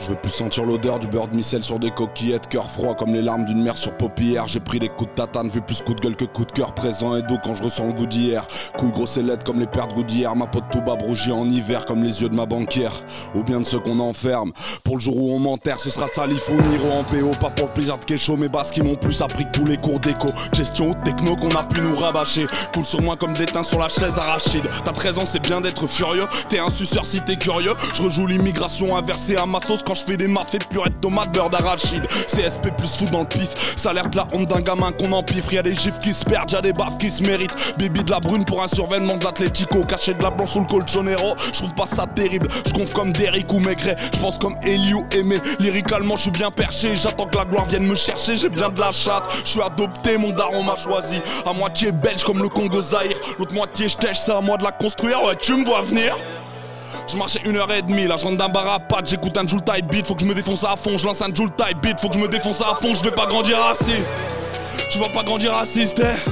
Je veux plus sentir l'odeur du beurre de micelle sur des coquillettes, cœur froid comme les larmes d'une mère sur paupière. J'ai pris des coups de tatane, vu plus coup de gueule que coup de cœur, présent et doux quand je ressens le goût d'hier. Couilles grosses et laides comme les paires de goût d'hier, ma peau de tout bas brougie en hiver comme les yeux de ma banquière, ou bien de ceux qu'on enferme. Pour le jour où on m'enterre, ce sera salifou, Niro en PO, pas pour le plaisir de kécho, mais basses qui m'ont plus appris que tous les cours d'écho. Gestion ou techno qu'on a pu nous rabâcher, coule sur moi comme des teints sur la chaise arachide. T'as 13 ans, c'est bien d'être furieux, t'es un suceur si t'es curieux. Je rejoue l'immigration inversée à ma sauce quand je fais des mafées, purée de tomates, beurre d'arachide. CSP plus fou dans le pif, ça alerte la honte d'un gamin qu'on empiffre. Y'a des gifs qui se perdent, y'a des baffes qui se méritent. Bibi de la brune pour un survêtement de l'Atletico, caché de la blanche sous le colchonero. Je trouve pas ça terrible, je gonfle comme Derrick ou Maigret, je pense comme Eliou aimé. Lyricalement, je suis bien perché, j'attends que la gloire vienne me chercher, j'ai bien de la chatte. Je suis adopté, mon daron m'a choisi. À moitié belge comme le Congo Zaïre, l'autre moitié je tèche, c'est à moi de la construire. Ouais, tu me vois venir. Je marchais une heure et demie, là je rentre d'un bar à pâtes, j'écoute un Joule Type Beat, faut que je me défonce à fond, je lance un Joule Type Beat, faut que je me défonce à fond, je vais pas grandir assis. Tu vas pas grandir raciste, eh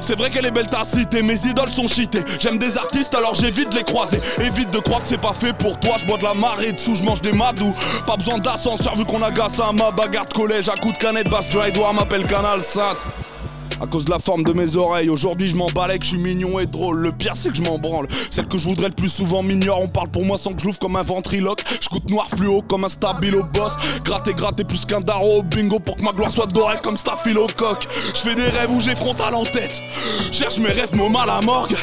c'est vrai qu'elle est belle ta cité, mes idoles sont cheatées. J'aime des artistes alors j'évite de les croiser. Évite de croire que c'est pas fait pour toi. Je bois de la marée dessous, je mange des madous. Pas besoin d'ascenseur vu qu'on agace à ma bagarre de collège. À coup de canette, basse dry, doigt, m'appelle Canal Sainte. À cause de la forme de mes oreilles, aujourd'hui je m'en balais que je suis mignon et drôle. Le pire c'est que je m'en branle. Celle que je voudrais le plus souvent m'ignore. On parle pour moi sans que je l'ouvre comme un ventriloque. Je coûte noir fluo comme un stabilo boss. Gratter, gratter plus qu'un daro au bingo pour que ma gloire soit dorée comme staphylocoque. Je fais des rêves où j'ai frontal en tête. Cherche mes rêves, me mal à morgue.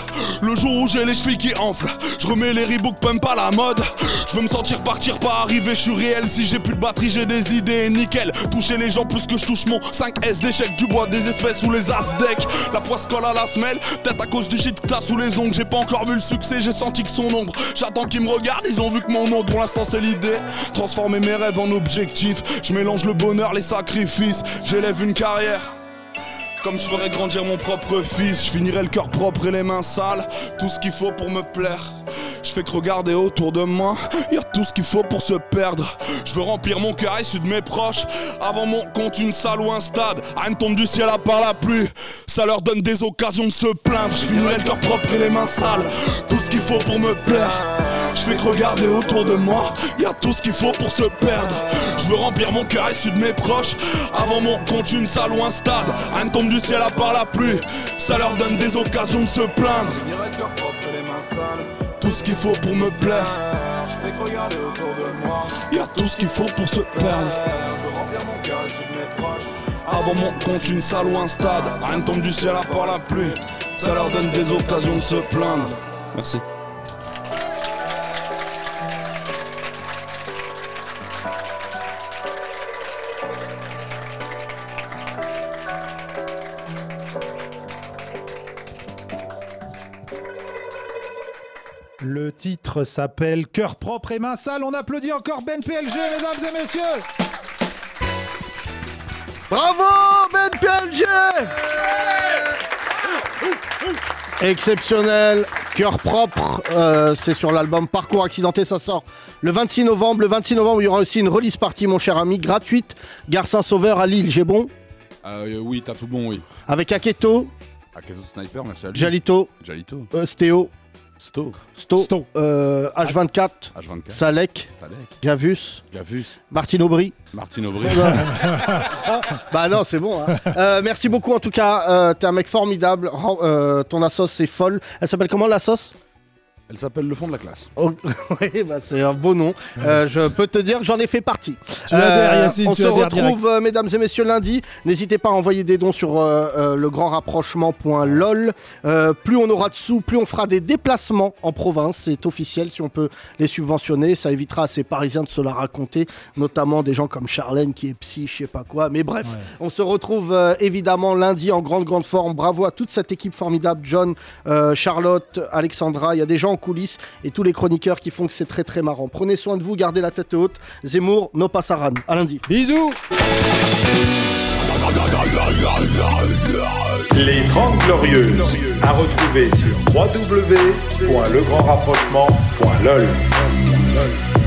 Le jour où j'ai les chevilles qui enflent, je remets les Reebok pump à la mode. Je veux me sentir partir, pas arriver, je suis réel. Si j'ai plus de batterie, j'ai des idées, nickel. Toucher les gens plus que je touche mon 5S d'échec du bois des espèces ou les as deck. La poisse colle à la semelle, peut-être à cause du shit que t'as sous les ongles. J'ai pas encore vu le succès, j'ai senti que son ombre. J'attends qu'ils me regardent, ils ont vu que mon nom, pour l'instant c'est l'idée. Transformer mes rêves en objectifs. Je mélange le bonheur, les sacrifices. J'élève une carrière. Comme je ferais grandir mon propre fils, je finirais le cœur propre et les mains sales, tout ce qu'il faut pour me plaire. Je fais que regarder autour de moi, y a tout ce qu'il faut pour se perdre. Je veux remplir mon cœur issu de mes proches, avant mon compte une salle ou un stade. Rien ne tombe du ciel à part la pluie, ça leur donne des occasions de se plaindre. Je finirais le cœur propre et les mains sales, tout ce qu'il faut pour me plaire. Je fais que regarder autour de moi, y a tout ce qu'il faut pour se perdre. Je veux remplir mon cœur issu de mes proches. Avant mon compte, une salle ou un stade. Un tombe du ciel à part la pluie. Ça leur donne des occasions de se plaindre. Tout ce qu'il faut pour me plaire. Je fais que regarder autour de moi. Y a tout ce qu'il faut pour se perdre. Je veux remplir mon cœur issu de mes proches. Avant mon compte, une salle ou un stade. Un tombe du ciel à part la pluie. Ça leur donne des occasions de se plaindre. Merci. Le titre s'appelle Cœur propre et main sale. On applaudit encore Ben PLG, mesdames et messieurs. Bravo, Ben PLG Exceptionnel, cœur propre, euh, c'est sur l'album Parcours accidenté, ça sort le 26 novembre. Le 26 novembre, il y aura aussi une release party, mon cher ami, gratuite, Gare Saint-Sauveur à Lille, j'ai bon Euh, oui, t'as tout bon, oui. Avec Aketo, Ah, quel autre sniper, merci à lui. Jalito, Jalito. euh, Stéo, Sto. Sto, euh, H24, H24, Salek, Salek. Gavus, Gavus. Martine Aubry. Martine Aubry. bah non, c'est bon. hein. Euh, merci beaucoup en tout cas. euh, T'es un mec formidable. Ren- euh, ton assos, c'est folle. Elle s'appelle comment la sauce Elle s'appelle le fond de la classe. Oh, oui, bah, c'est un beau nom. Euh, je peux te dire que j'en ai fait partie. Euh, Tu l'adhères, Yacine, on tu se l'adhères retrouve, direct. euh, mesdames et messieurs, lundi. N'hésitez pas à envoyer des dons sur euh, euh, legrandrapprochement.lol. Euh, plus on aura de sous, plus on fera des déplacements en province. C'est officiel si on peut les subventionner. Ça évitera à ces Parisiens de se la raconter, notamment des gens comme Charlène qui est psy, je sais pas quoi. Mais bref, on se retrouve euh, évidemment lundi en grande, grande forme. Bravo à toute cette équipe formidable. John, euh, Charlotte, Alexandra, il y a des gens en coulisses et tous les chroniqueurs qui font que c'est très, très marrant. Prenez soin de vous, gardez la tête haute. Zemmour, no passaran. À lundi. Bisous Les 30 Glorieuses, à retrouver sur www.legrandrapprochement.lol.